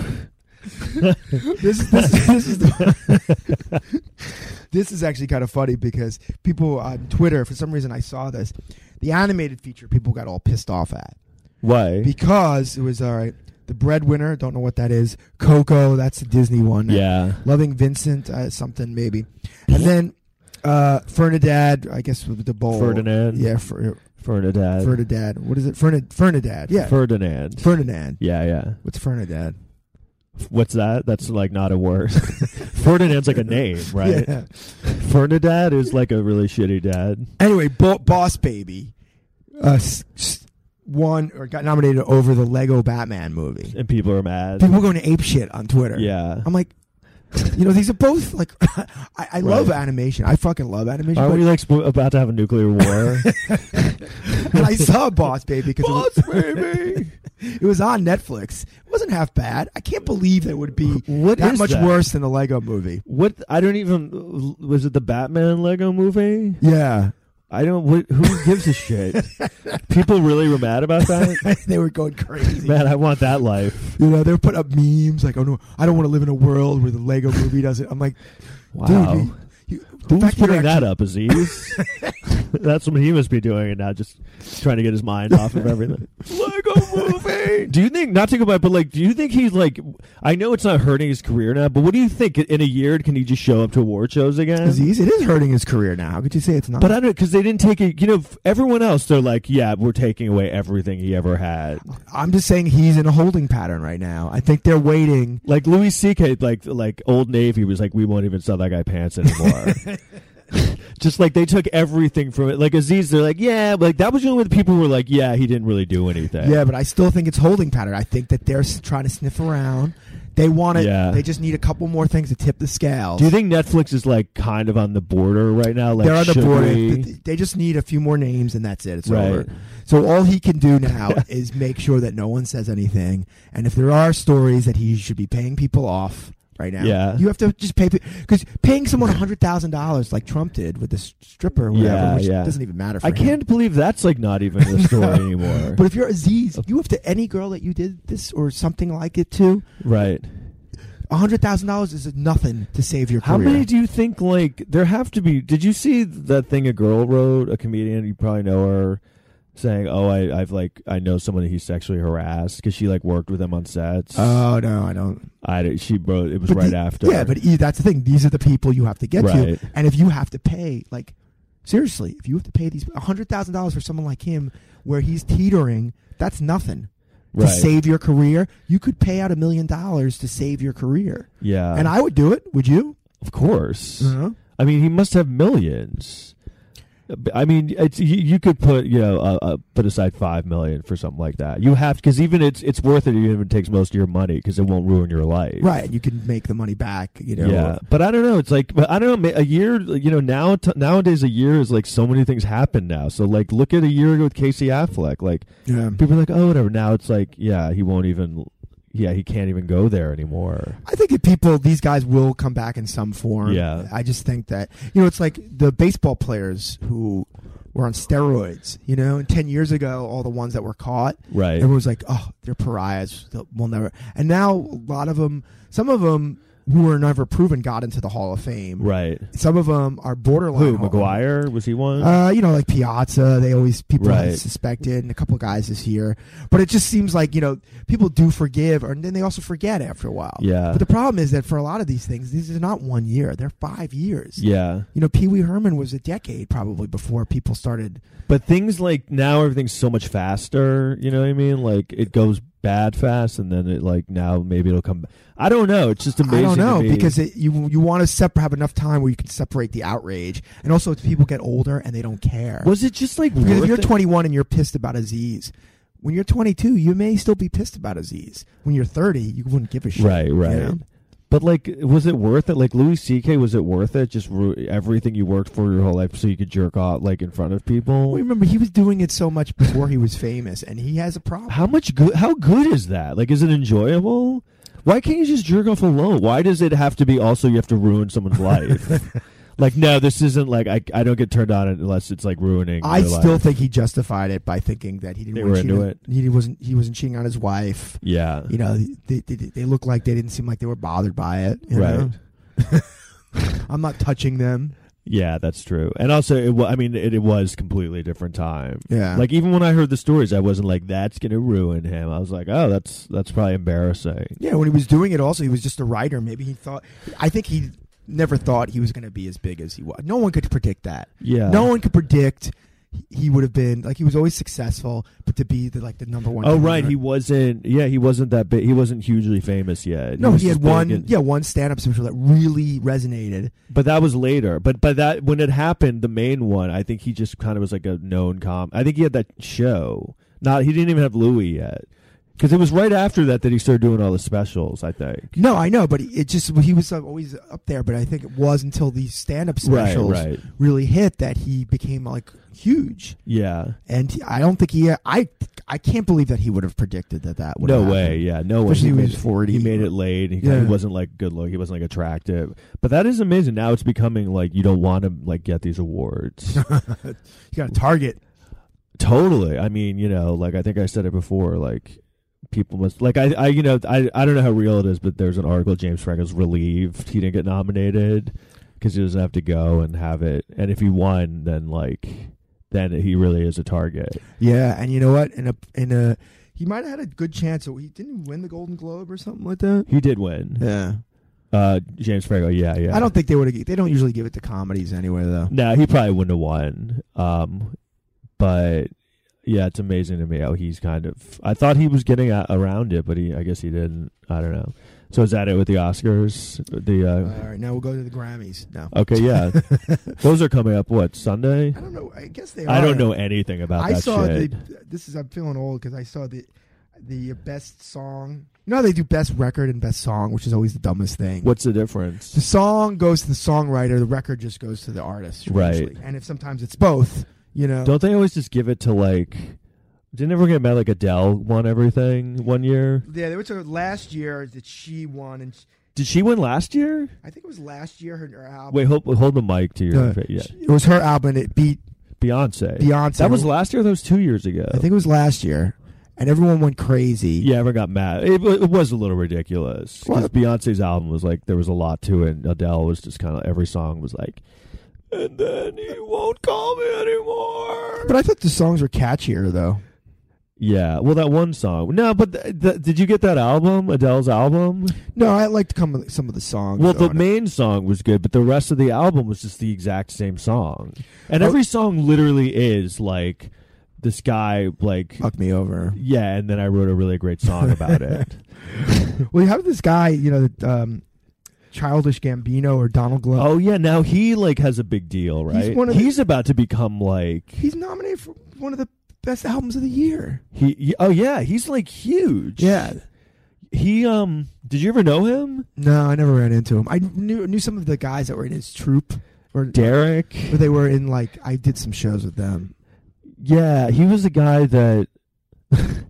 [SPEAKER 2] this, this, this is the, this is actually kind of funny because people on Twitter, for some reason, I saw this. The animated feature people got all pissed off at
[SPEAKER 1] Why?
[SPEAKER 2] because it was all right. The breadwinner, don't know what that is. Coco, that's the Disney one.
[SPEAKER 1] yeah.
[SPEAKER 2] Loving Vincent, uh, something maybe, and then uh, Fernidad, I guess with the bowl.
[SPEAKER 1] Ferdinand.
[SPEAKER 2] Oh, Yeah, Fer-
[SPEAKER 1] Ferdinand.
[SPEAKER 2] Fernidad. What is it? Fernid- Fernidad. Yeah,
[SPEAKER 1] Ferdinand.
[SPEAKER 2] Ferdinand.
[SPEAKER 1] yeah, yeah.
[SPEAKER 2] What's Fernidad?
[SPEAKER 1] What's that? That's like not a word. Ferdinand's like a name, right?
[SPEAKER 2] Yeah.
[SPEAKER 1] Ferdinand is like a really shitty dad.
[SPEAKER 2] Anyway, Bo- Boss Baby uh, s- s- won or got nominated over the Lego Batman movie.
[SPEAKER 1] and people are mad.
[SPEAKER 2] People going to ape shit on Twitter.
[SPEAKER 1] yeah.
[SPEAKER 2] I'm like, you know, these are both like, I, I love
[SPEAKER 1] Right.
[SPEAKER 2] animation. I fucking love animation.
[SPEAKER 1] Are
[SPEAKER 2] but-
[SPEAKER 1] we like spo- about to have a nuclear war?
[SPEAKER 2] and I saw Boss Baby because it, was-
[SPEAKER 1] baby.
[SPEAKER 2] it was on Netflix. It wasn't half bad. I can't believe that it would be
[SPEAKER 1] What
[SPEAKER 2] that
[SPEAKER 1] is
[SPEAKER 2] much
[SPEAKER 1] that?
[SPEAKER 2] worse than the Lego movie.
[SPEAKER 1] What I don't even was it the Batman Lego movie?
[SPEAKER 2] Yeah.
[SPEAKER 1] I don't. What, who gives a shit? People really were mad about that.
[SPEAKER 2] they were going crazy.
[SPEAKER 1] Man, I want that life.
[SPEAKER 2] You know, they were putting up memes like, "Oh no, I don't want to live in a world where the Lego Movie doesn't." I'm like,
[SPEAKER 1] Wow.
[SPEAKER 2] dude, you, you, the
[SPEAKER 1] Who's
[SPEAKER 2] fact that you're
[SPEAKER 1] putting that
[SPEAKER 2] actually-
[SPEAKER 1] up, Aziz? That's what he must be doing, and now just trying to get his mind off of everything. Lego movie. Do you think not to go back, but like, do you think he's like? I know it's not hurting his career now, but what do you think? In a year, can he just show up to award shows again?
[SPEAKER 2] Aziz, it is hurting his career now. How could you say it's not?
[SPEAKER 1] But I don't because they didn't take it. You know, f- everyone else, they're like, yeah, we're taking away everything he ever had.
[SPEAKER 2] I'm just saying he's in a holding pattern right now. I think they're waiting.
[SPEAKER 1] Like Louis C.K., like like Old Navy was like, we won't even sell that guy pants anymore. Just like they took everything from it. Like Aziz, they're like, yeah, like that was the only way the people were like, yeah, he didn't really do anything.
[SPEAKER 2] Yeah, but I still think it's holding pattern. I think that they're s- trying to sniff around. They want it.
[SPEAKER 1] Yeah.
[SPEAKER 2] They just need a couple more things to tip the scales.
[SPEAKER 1] Do you think Netflix is like kind of on the border right now? Like
[SPEAKER 2] they're on the
[SPEAKER 1] should
[SPEAKER 2] border.
[SPEAKER 1] we-
[SPEAKER 2] Th- th- They just need a few more names, and that's it. It's
[SPEAKER 1] Right.
[SPEAKER 2] over. So all he can do now is make sure that no one says anything, and if there are stories that he should be paying people off right now,
[SPEAKER 1] Yeah.
[SPEAKER 2] you have to just pay because paying someone hundred thousand dollars like Trump did with this stripper, or whatever,
[SPEAKER 1] Yeah,
[SPEAKER 2] which
[SPEAKER 1] yeah.
[SPEAKER 2] doesn't even matter. For
[SPEAKER 1] I
[SPEAKER 2] him.
[SPEAKER 1] can't believe that's like not even the story anymore.
[SPEAKER 2] But if you're
[SPEAKER 1] Oh.
[SPEAKER 2] Aziz, you have to any girl that you did this or something like it to.
[SPEAKER 1] right.
[SPEAKER 2] hundred thousand dollars is nothing to save your
[SPEAKER 1] How
[SPEAKER 2] career.
[SPEAKER 1] many do you think like there have to be? Did you see that thing a girl wrote? A comedian you probably know her saying, "Oh, I, I've like I know someone who he sexually harassed because she like worked with him on sets."
[SPEAKER 2] Oh no, I don't.
[SPEAKER 1] I she wrote it was
[SPEAKER 2] But
[SPEAKER 1] right
[SPEAKER 2] the-
[SPEAKER 1] after.
[SPEAKER 2] Yeah, but e- that's the thing. These are the people you have to get
[SPEAKER 1] Right.
[SPEAKER 2] to, and if you have to pay, like seriously, if you have to pay these hundred thousand dollars for someone like him, where he's teetering, that's nothing
[SPEAKER 1] right.
[SPEAKER 2] to save your career. You could pay out a million dollars to save your career,
[SPEAKER 1] yeah,
[SPEAKER 2] and I would do it. Would you?
[SPEAKER 1] of course.
[SPEAKER 2] Uh-huh.
[SPEAKER 1] I mean, he must have millions. I mean, it's you, you could put you know uh, uh, put aside five million for something like that. You have because even it's it's worth it even if it takes most of your money because it won't ruin your life.
[SPEAKER 2] Right, and you can make the money back. You know,
[SPEAKER 1] Yeah, but I don't know. It's like, but I don't know. ma- A year, you know, now t- nowadays a year is like so many things happen now. So like, look at a year ago with Casey Affleck. Like
[SPEAKER 2] Yeah.
[SPEAKER 1] people are like, oh, whatever. Now it's like, yeah, he won't even. Yeah, he can't even go there anymore.
[SPEAKER 2] I think that people, these guys will come back in some form.
[SPEAKER 1] Yeah.
[SPEAKER 2] I just think that, you know, it's like the baseball players who were on steroids, you know, and 10 years ago, all the ones that were caught,
[SPEAKER 1] Right.
[SPEAKER 2] everyone was like, oh, they're pariahs. They'll- We'll never. And now a lot of them, some of them who were never proven got into the Hall of Fame.
[SPEAKER 1] Right.
[SPEAKER 2] Some of them are borderline.
[SPEAKER 1] Who?
[SPEAKER 2] Hall-
[SPEAKER 1] McGuire was he one?
[SPEAKER 2] Uh, you know, like Piazza, they always people
[SPEAKER 1] Right.
[SPEAKER 2] had suspected, and a couple guys this year. But it just seems like you know people do forgive, or, and then they also forget after a while.
[SPEAKER 1] yeah.
[SPEAKER 2] But the problem is that for a lot of these things, these are not one year; they're five years.
[SPEAKER 1] yeah.
[SPEAKER 2] You know, Pee Wee Herman was a decade probably before people started.
[SPEAKER 1] But things like now everything's so much faster. You know what I mean? Like it goes bad fast, and then it like now maybe it'll come. I don't know. It's just amazing.
[SPEAKER 2] I don't
[SPEAKER 1] to
[SPEAKER 2] know
[SPEAKER 1] me.
[SPEAKER 2] because it, you you want to separ have enough time where you can separate the outrage, and also it's people get older and they don't care.
[SPEAKER 1] was it just like
[SPEAKER 2] because
[SPEAKER 1] worth
[SPEAKER 2] if you're
[SPEAKER 1] it?
[SPEAKER 2] 21 and you're pissed about Aziz, when you're 22, you may still be pissed about Aziz. When you're 30, you wouldn't give a shit.
[SPEAKER 1] Right, right.
[SPEAKER 2] know?
[SPEAKER 1] But like, was it worth it? Like Louis C.K. was it worth it? Just ru- everything you worked for your whole life so you could jerk off like in front of people.
[SPEAKER 2] Well, remember, he was doing it so much before he was famous, and he has a problem.
[SPEAKER 1] how much good? How good is that? Like, is it enjoyable? Why can't you just jerk off alone? Why does it have to be also you have to ruin someone's life? like, no, this isn't like I. I don't get turned on unless it's like ruining.
[SPEAKER 2] I
[SPEAKER 1] your
[SPEAKER 2] still
[SPEAKER 1] life.
[SPEAKER 2] think he justified it by thinking that he didn't.
[SPEAKER 1] They
[SPEAKER 2] want
[SPEAKER 1] were
[SPEAKER 2] to cheat
[SPEAKER 1] into
[SPEAKER 2] on-
[SPEAKER 1] it.
[SPEAKER 2] He wasn't. He wasn't cheating on his wife.
[SPEAKER 1] Yeah.
[SPEAKER 2] You know, they, they, they looked like they didn't seem like they were bothered by it. you
[SPEAKER 1] Right.
[SPEAKER 2] know? I'm not touching them.
[SPEAKER 1] Yeah, that's true. And also, it wa- I mean, it, it was completely different time.
[SPEAKER 2] Yeah.
[SPEAKER 1] Like even when I heard the stories, I wasn't like, "That's gonna ruin him." I was like, "Oh, that's that's probably embarrassing."
[SPEAKER 2] Yeah, when he was doing it, also he was just a writer. Maybe he thought. I think he never thought he was going to be as big as he was. No one could predict that.
[SPEAKER 1] Yeah.
[SPEAKER 2] No one could predict he would have been like he was always successful, but to be the like the number one.
[SPEAKER 1] Oh right, he
[SPEAKER 2] comedian-
[SPEAKER 1] wasn't. Yeah, he wasn't that big. He wasn't hugely famous yet.
[SPEAKER 2] No,
[SPEAKER 1] was
[SPEAKER 2] he had
[SPEAKER 1] just big
[SPEAKER 2] one.
[SPEAKER 1] and-
[SPEAKER 2] Yeah, one stand-up special that really resonated.
[SPEAKER 1] but that was later. But but that when it happened, the main one, I think he just kind of was like a known com. I think he had that show. Not he didn't even have Louis yet, because it was right after that that he started doing all the specials. I think.
[SPEAKER 2] No, I know, but it just he was always up there. But I think it was until these stand-up specials
[SPEAKER 1] Right, right.
[SPEAKER 2] really hit that he became like huge.
[SPEAKER 1] Yeah.
[SPEAKER 2] And he- I don't think he. I I can't believe that he would have predicted that that would.
[SPEAKER 1] No
[SPEAKER 2] have
[SPEAKER 1] way.
[SPEAKER 2] happened.
[SPEAKER 1] Yeah. No way.
[SPEAKER 2] Especially
[SPEAKER 1] he
[SPEAKER 2] when
[SPEAKER 1] made
[SPEAKER 2] he was
[SPEAKER 1] it-
[SPEAKER 2] 40.
[SPEAKER 1] He made it late. He,
[SPEAKER 2] Yeah.
[SPEAKER 1] he wasn't like good look. He wasn't like attractive. But that is amazing. Now it's becoming like you don't want to like get these awards.
[SPEAKER 2] You got a target.
[SPEAKER 1] Totally. I mean, you know, like I think I said it before, like people must like I, I you know, I I don't know how real it is, but there's an article James Franco's relieved he didn't get nominated because he doesn't have to go and have it. And if he won, then like then he really is a target.
[SPEAKER 2] Yeah, and you know what? In a in a he might have had a good chance. Of, he didn't win the Golden Globe or something like that.
[SPEAKER 1] He did win.
[SPEAKER 2] Yeah,
[SPEAKER 1] Uh James Franco, yeah, yeah.
[SPEAKER 2] I don't think they would. have They don't usually give it to comedies anyway, though.
[SPEAKER 1] No, he probably wouldn't have won. Um but yeah, it's amazing to me how he's kind of I thought he was getting a- around it, but he I guess he didn't. I don't know. So is that it with the Oscars? The uh,
[SPEAKER 2] All right, now we'll go to the Grammys. Now
[SPEAKER 1] Okay, yeah. Those are coming up what, Sunday?
[SPEAKER 2] I don't know. I guess they. Are.
[SPEAKER 1] I don't know anything about
[SPEAKER 2] I
[SPEAKER 1] that
[SPEAKER 2] saw
[SPEAKER 1] shit.
[SPEAKER 2] the. This is I'm feeling old because I saw the the best song. No, they do best record and best song, which is always the dumbest thing.
[SPEAKER 1] What's the difference?
[SPEAKER 2] The song goes to the songwriter. The record just goes to the artist.
[SPEAKER 1] Right.
[SPEAKER 2] usually. And if sometimes it's both, you know.
[SPEAKER 1] Don't they always just give it to like didn't everyone get mad like Adele won everything one year?
[SPEAKER 2] yeah, there was a last year that she won, and she,
[SPEAKER 1] Did she win last year?
[SPEAKER 2] I think it was last year her, her album.
[SPEAKER 1] Wait, hold, hold the mic to your
[SPEAKER 2] Uh,
[SPEAKER 1] fa- yeah.
[SPEAKER 2] It was her album. and It beat
[SPEAKER 1] Beyonce.
[SPEAKER 2] Beyonce.
[SPEAKER 1] That was last year. or That was two years ago.
[SPEAKER 2] I think it was last year, and everyone went crazy.
[SPEAKER 1] Yeah, everyone got mad. It, wa- it was a little ridiculous because
[SPEAKER 2] What?
[SPEAKER 1] Beyonce's album was like there was a lot to it. and Adele was just kind of every song was like, and then he won't call me anymore.
[SPEAKER 2] But I thought the songs were catchier though.
[SPEAKER 1] Yeah, well, that one song. No, but th- th- did you get that album, Adele's album?
[SPEAKER 2] No, I liked come some of the songs.
[SPEAKER 1] Well, the
[SPEAKER 2] on it.
[SPEAKER 1] main song was good, but the rest of the album was just the exact same song. And
[SPEAKER 2] Oh.
[SPEAKER 1] every song literally is like this guy, like
[SPEAKER 2] fucked me over.
[SPEAKER 1] yeah. And then I wrote a really great song about it.
[SPEAKER 2] Well, you have this guy, you know, that, um, Childish Gambino or Donald Glover.
[SPEAKER 1] Oh yeah, now he like has a big deal, right? He's,
[SPEAKER 2] one of the-
[SPEAKER 1] about to become like
[SPEAKER 2] He's nominated for one of the best albums of the year.
[SPEAKER 1] he, he- Oh yeah, he's like huge. He um. Did you ever know him,
[SPEAKER 2] No, I never ran into him. I knew knew some of the guys that were in his troupe, or
[SPEAKER 1] Derek?
[SPEAKER 2] or they were in like I did some shows with them.
[SPEAKER 1] Yeah, he was the guy that.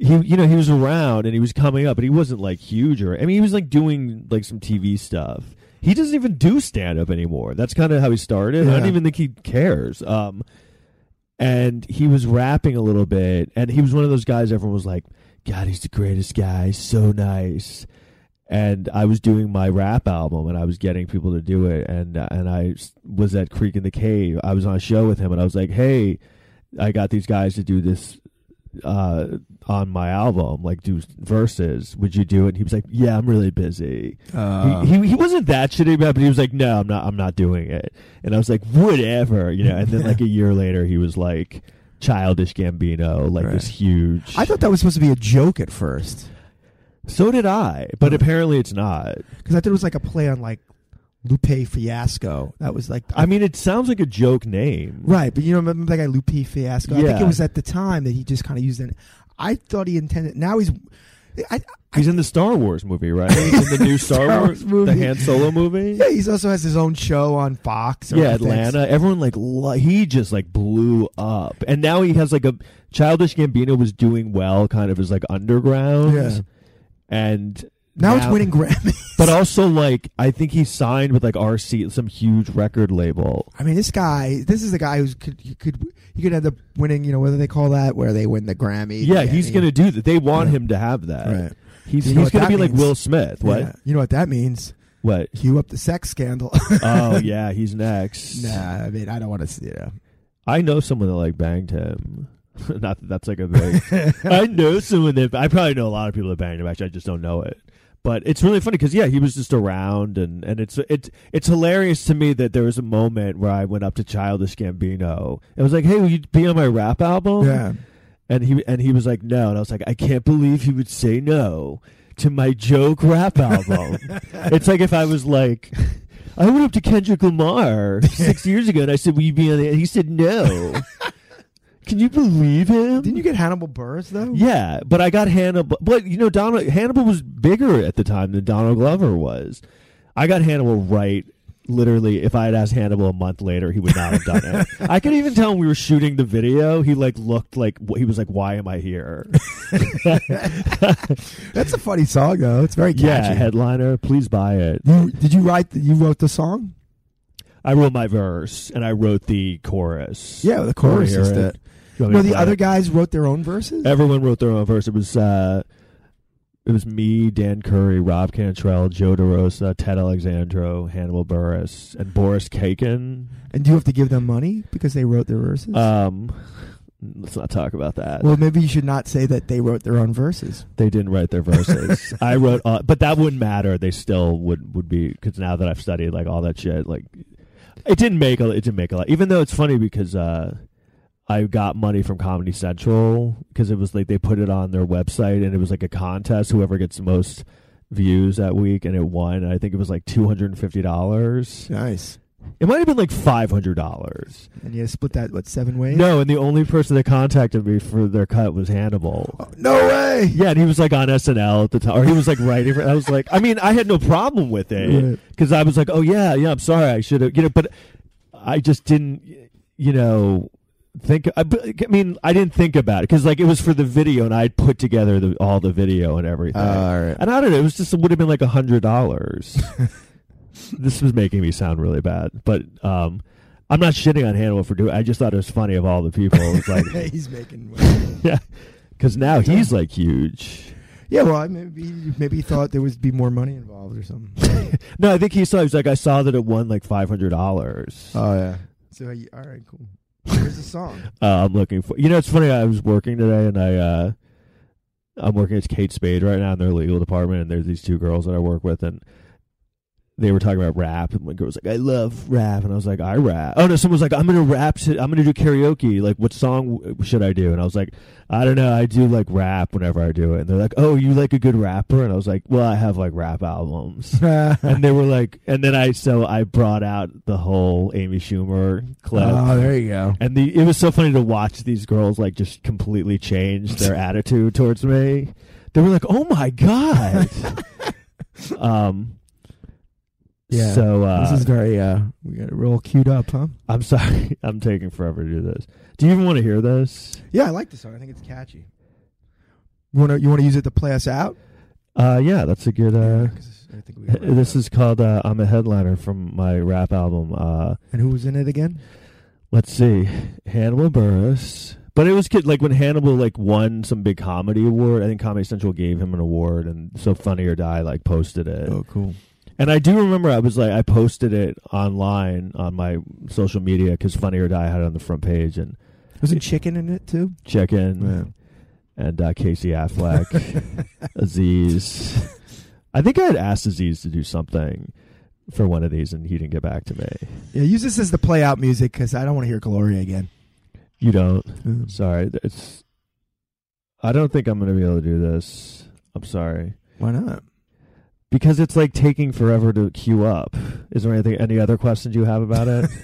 [SPEAKER 1] He, you know, he was around and he was coming up, but he wasn't like huge or. I mean, he was like doing like some TV stuff. He doesn't even do stand up anymore. That's kind of how he started. I don't
[SPEAKER 2] Yeah.
[SPEAKER 1] even think he cares. Um, and he was rapping a little bit, and he was one of those guys. Everyone was like, "God, he's the greatest guy. He's so nice." And I was doing my rap album, and I was getting people to do it, and and I s- was at Creek in the Cave. I was on a show with him, and I was like, "Hey, I got these guys to do this." uh on my album like do verses would you do it and he was like yeah i'm really busy
[SPEAKER 2] Uh.
[SPEAKER 1] he, he he wasn't that shitty about it, but he was like, no, I'm not, I'm not doing it. And I was like, whatever, you know. And then like a year later, he was like childish Gambino, like this
[SPEAKER 2] Right.
[SPEAKER 1] huge.
[SPEAKER 2] I thought that was supposed to be a joke at first
[SPEAKER 1] so did I,
[SPEAKER 2] Oh.
[SPEAKER 1] but apparently it's not.
[SPEAKER 2] because I thought it was like a play on like Lupe Fiasco. That was like
[SPEAKER 1] I mean, it sounds like a joke name.
[SPEAKER 2] right, but you know remember that guy Lupe Fiasco? I think
[SPEAKER 1] Yeah.
[SPEAKER 2] it was at the time that he just kind of used it. I thought he intended. Now he's. I,
[SPEAKER 1] He's in the Star Wars movie, right? He's in the new Star,
[SPEAKER 2] Star
[SPEAKER 1] Wars
[SPEAKER 2] Wars movie.
[SPEAKER 1] the Han Solo movie.
[SPEAKER 2] yeah, he's also has his own show on Fox. Or
[SPEAKER 1] yeah,
[SPEAKER 2] FX.
[SPEAKER 1] Atlanta. Everyone like li- he just like blew up, and now he has like a childish Gambino was doing well, kind of as like underground.
[SPEAKER 2] Yeah.
[SPEAKER 1] and
[SPEAKER 2] Now, it's winning Grammys.
[SPEAKER 1] But also, like, I think he signed with like RC, some huge record label.
[SPEAKER 2] I mean, this guy. This is the guy who's could he could he could end up winning. You know, whether they call that where they win the Grammy.
[SPEAKER 1] Yeah,
[SPEAKER 2] the
[SPEAKER 1] he's
[SPEAKER 2] Emmy.
[SPEAKER 1] gonna do that. They want
[SPEAKER 2] Yeah.
[SPEAKER 1] him to have that.
[SPEAKER 2] Right.
[SPEAKER 1] He's
[SPEAKER 2] You know
[SPEAKER 1] he's
[SPEAKER 2] what
[SPEAKER 1] gonna
[SPEAKER 2] that
[SPEAKER 1] be like
[SPEAKER 2] means.
[SPEAKER 1] Will Smith. What?
[SPEAKER 2] Yeah. You know what that means?
[SPEAKER 1] What?
[SPEAKER 2] Cue up the sex scandal.
[SPEAKER 1] Oh yeah, he's next.
[SPEAKER 2] nah, I mean, I don't want to see it.
[SPEAKER 1] I know someone that like banged him. Not that that's like a thing. I know someone that I probably know a lot of people that banged him. Actually, I just don't know it. But it's really funny because yeah, he was just around, and and it's it's it's hilarious to me that there was a moment where I went up to Childish Gambino and was like, "Hey, will you be on my rap album?"
[SPEAKER 2] Yeah.
[SPEAKER 1] and he and he was like no and i was like i can't believe he would say no to my joke rap album it's like if i was like i went up to kendrick lamar six years ago and i said will you be on the and he said no can you believe him
[SPEAKER 2] Didn't you get Hannibal Burris though?
[SPEAKER 1] yeah but i got hannibal but you know donald hannibal was bigger at the time than donald glover was i got hannibal right Literally, if I had asked Hannibal a month later, he would not have done it. I could even tell when we were shooting the video, he like looked like he was like, "Why am I here?"
[SPEAKER 2] That's a funny song though. It's very catchy.
[SPEAKER 1] Yeah, headliner, please buy it.
[SPEAKER 2] you, did you write? The, you wrote the song?
[SPEAKER 1] I wrote my verse and I wrote the chorus.
[SPEAKER 2] Yeah, the chorus
[SPEAKER 1] Wanna
[SPEAKER 2] is
[SPEAKER 1] hear it?
[SPEAKER 2] that.
[SPEAKER 1] You want me
[SPEAKER 2] No,
[SPEAKER 1] to
[SPEAKER 2] the
[SPEAKER 1] play
[SPEAKER 2] other
[SPEAKER 1] it?
[SPEAKER 2] guys wrote their own verses.
[SPEAKER 1] Everyone wrote their own verse. It was uh, it was me, Dan Curry, Rob Cantrell, Joe DeRosa, Ted Alexandro, Hannibal Burris, and Boris Kakin.
[SPEAKER 2] And do you have to give them money because they wrote their verses?
[SPEAKER 1] Um, let's not talk about that.
[SPEAKER 2] well, maybe you should not say that they wrote their own verses.
[SPEAKER 1] they didn't write their verses. I wrote, uh, but that wouldn't matter. They still would would be because now that I've studied like all that shit, like it didn't make a it didn't make a lot. Even though it's funny because uh, I got money from Comedy Central because it was like they put it on their website and it was like a contest. Whoever gets the most views that week and it won. And I think it was like two hundred and fifty dollars.
[SPEAKER 2] Nice.
[SPEAKER 1] It might have been like five hundred dollars.
[SPEAKER 2] And you split that what seven ways?
[SPEAKER 1] No, and the only person that contacted me for their cut was Hannibal.
[SPEAKER 2] Oh, no way.
[SPEAKER 1] Yeah, and he was like on SNL at the time, or he was like writing. For, I was like, I mean, I had no problem with it
[SPEAKER 2] Right.
[SPEAKER 1] because I was like, oh yeah, yeah, I'm sorry, I should have, you know, but I just didn't, you know, think. I, but, I mean, I didn't think about it because like it was for the video, and I put together the, all the video and everything.
[SPEAKER 2] all right.
[SPEAKER 1] and I don't know, it was just it would have been like a hundred dollars. this was making me sound really bad, but um, I'm not shitting on Hannibal for doing. I just thought it was funny of all the people. It was like,
[SPEAKER 2] he's making.
[SPEAKER 1] yeah, because now he's like huge.
[SPEAKER 2] yeah, well, I maybe maybe he thought there would be more money involved or something.
[SPEAKER 1] No, I think he saw. He was like, I saw that it won like five hundred dollars.
[SPEAKER 2] oh yeah. So you, all right, cool. Here's the song.
[SPEAKER 1] Uh, I'm looking for. You know, it's funny. I was working today, and I uh, I'm working at Kate Spade right now in their legal department, and there's these two girls that I work with, and they were talking about rap, and one girl was like, "I love rap," and I was like, "I rap." Oh no, someone was like, "I'm gonna rap. To, I'm gonna do karaoke. Like, what song w- should I do?" And I was like, "I don't know. I do like rap whenever I do it." And they're like, "Oh, you like a good rapper?" And I was like, "Well, I have like rap albums." and they were like, and then I so I brought out the whole Amy Schumer clip.
[SPEAKER 2] oh, there you go.
[SPEAKER 1] And the, it was so funny to watch these girls like just completely change their attitude towards me. They were like, "Oh my god." um
[SPEAKER 2] Yeah.
[SPEAKER 1] So uh,
[SPEAKER 2] this is very uh, we got it real queued up, huh?
[SPEAKER 1] I'm sorry. I'm taking forever to do this. Do you even want to hear this?
[SPEAKER 2] Yeah, I like this song. I think it's catchy. You want to you want to use it to play us out?
[SPEAKER 1] Uh yeah, that's a good uh
[SPEAKER 2] Yeah, 'cause I think we got it.
[SPEAKER 1] this is called uh, I'm a headliner from my rap album uh
[SPEAKER 2] and who was in it again?
[SPEAKER 1] let's see, Hannibal Burris. But it was good. Like when Hannibal like won some big comedy award, I think Comedy Central gave him an award, and so Funny or Die like posted it.
[SPEAKER 2] Oh, cool.
[SPEAKER 1] And I do remember I was like I posted it online on my social media because Funny or Die had it on the front page and
[SPEAKER 2] Was it chicken in it too?
[SPEAKER 1] check in and uh, Casey Affleck, Aziz. I think I had asked Aziz to do something for one of these, and he didn't get back to me.
[SPEAKER 2] Yeah, use this as the play out music because I don't want to hear Gloria again.
[SPEAKER 1] You don't. Sorry, it's. I don't think I'm going to be able to do this. I'm sorry
[SPEAKER 2] Why not?
[SPEAKER 1] because it's like taking forever to queue up. Is there anything? Any other questions you have about it?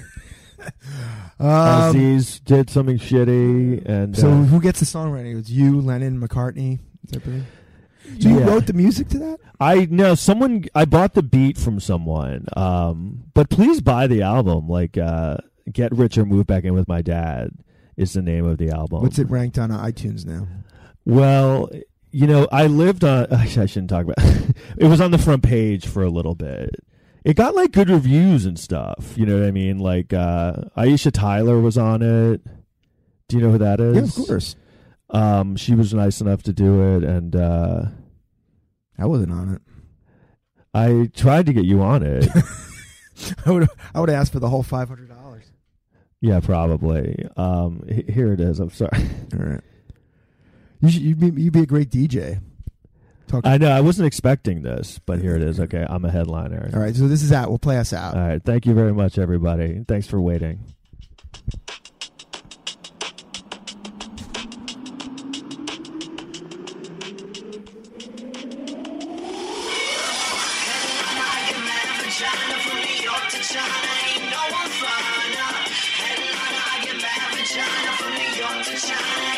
[SPEAKER 2] Um,
[SPEAKER 1] Aziz did something shitty, and
[SPEAKER 2] so
[SPEAKER 1] uh,
[SPEAKER 2] who gets the songwriting? It's you, Lennon, McCartney. Is that pretty- So you
[SPEAKER 1] yeah.
[SPEAKER 2] wrote the music to that?
[SPEAKER 1] I no someone I bought the beat from someone. Um, but please buy the album. Like, uh, get rich or move back in with my dad is the name of the album.
[SPEAKER 2] What's it ranked on iTunes now?
[SPEAKER 1] Well, you know, I lived on. I shouldn't talk about. it was on the front page for a little bit. It got like good reviews and stuff. You know what I mean? Like uh, Aisha Tyler was on it. Do you know who that is?
[SPEAKER 2] Yeah, of course.
[SPEAKER 1] Um, she was nice enough to do it, and uh,
[SPEAKER 2] I wasn't on it.
[SPEAKER 1] I tried to get you on it.
[SPEAKER 2] I would I would ask for the whole five hundred dollars.
[SPEAKER 1] Yeah, probably. Um, h- here it is. I'm sorry.
[SPEAKER 2] All right. You should, you'd, be, you'd be a great DJ. Talk.
[SPEAKER 1] I know I wasn't expecting this, but here it is. Okay, I'm a headliner.
[SPEAKER 2] All right. So this is out. We'll play us out.
[SPEAKER 1] All right. Thank you very much, everybody. Thanks for waiting.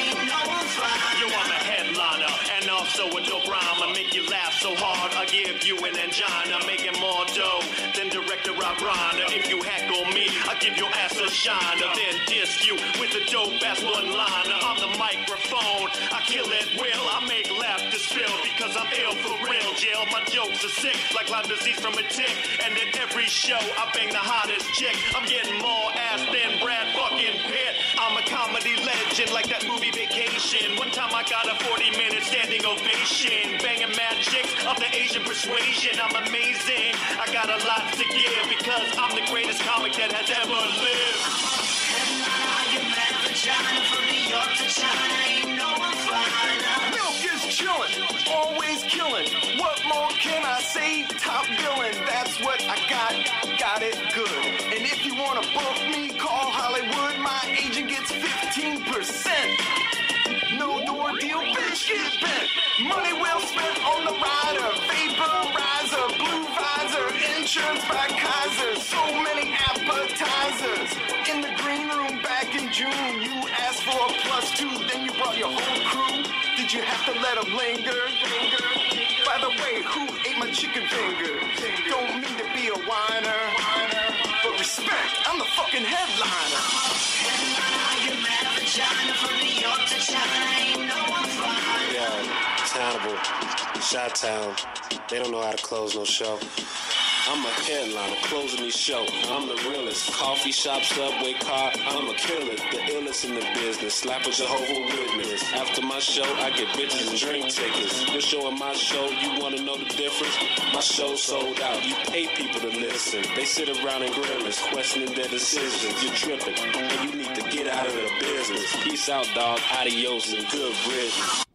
[SPEAKER 3] You are the headliner, and also with your rhyme, I make you laugh so hard, I give you an angina, making more dough than director Rob Reiner. If you heckle me, I give your ass a shiner, then diss you with a dope ass one liner. I'm the microphone, I kill it will, I make laughter spill because I'm ill for real. Jail, my jokes are sick, like Lyme disease from a tick, and at every show, I bang the hottest chick. I'm getting more ass than Brad fucking Pitt. I'm a comedy legend, like that movie Vacation. One time I got a 40 minute standing ovation. Banging mad chicks of the Asian persuasion. I'm amazing. I got a lot to give because I'm the greatest comic that has ever lived.
[SPEAKER 5] Milk is chillin', always killin'. What more can I say? Top villain, that's what I got. Got it good. And if you wanna book me, call Hollywood. My agent gets 15%. No door deal, bitch, get bent. Money well spent on the rider, vaporizer, blue visor, insurance by Kaiser. So many appetizers in the green room back in June. You asked for a plus two, then you brought your whole crew. Did you have to let them linger? linger? By the way, who ate my chicken finger? Don't mean to be a whiner, whiner, but respect, I'm the fucking headliner.
[SPEAKER 6] Yeah, it's Hannibal. Shot Town. They don't know how to close no show. I'm a headliner, closing the show. I'm the realest. Coffee shop, subway car. I'm a killer, the illest in the business. Slap a Jehovah Witness. After my show, I get bitches and drink tickets. Your show and my show, you wanna know the difference? My show sold out. You pay people to listen. They sit around and grimace, questioning their decisions. You're tripping, and you need to get out of the business. Peace out, dog. Adios and good riddance.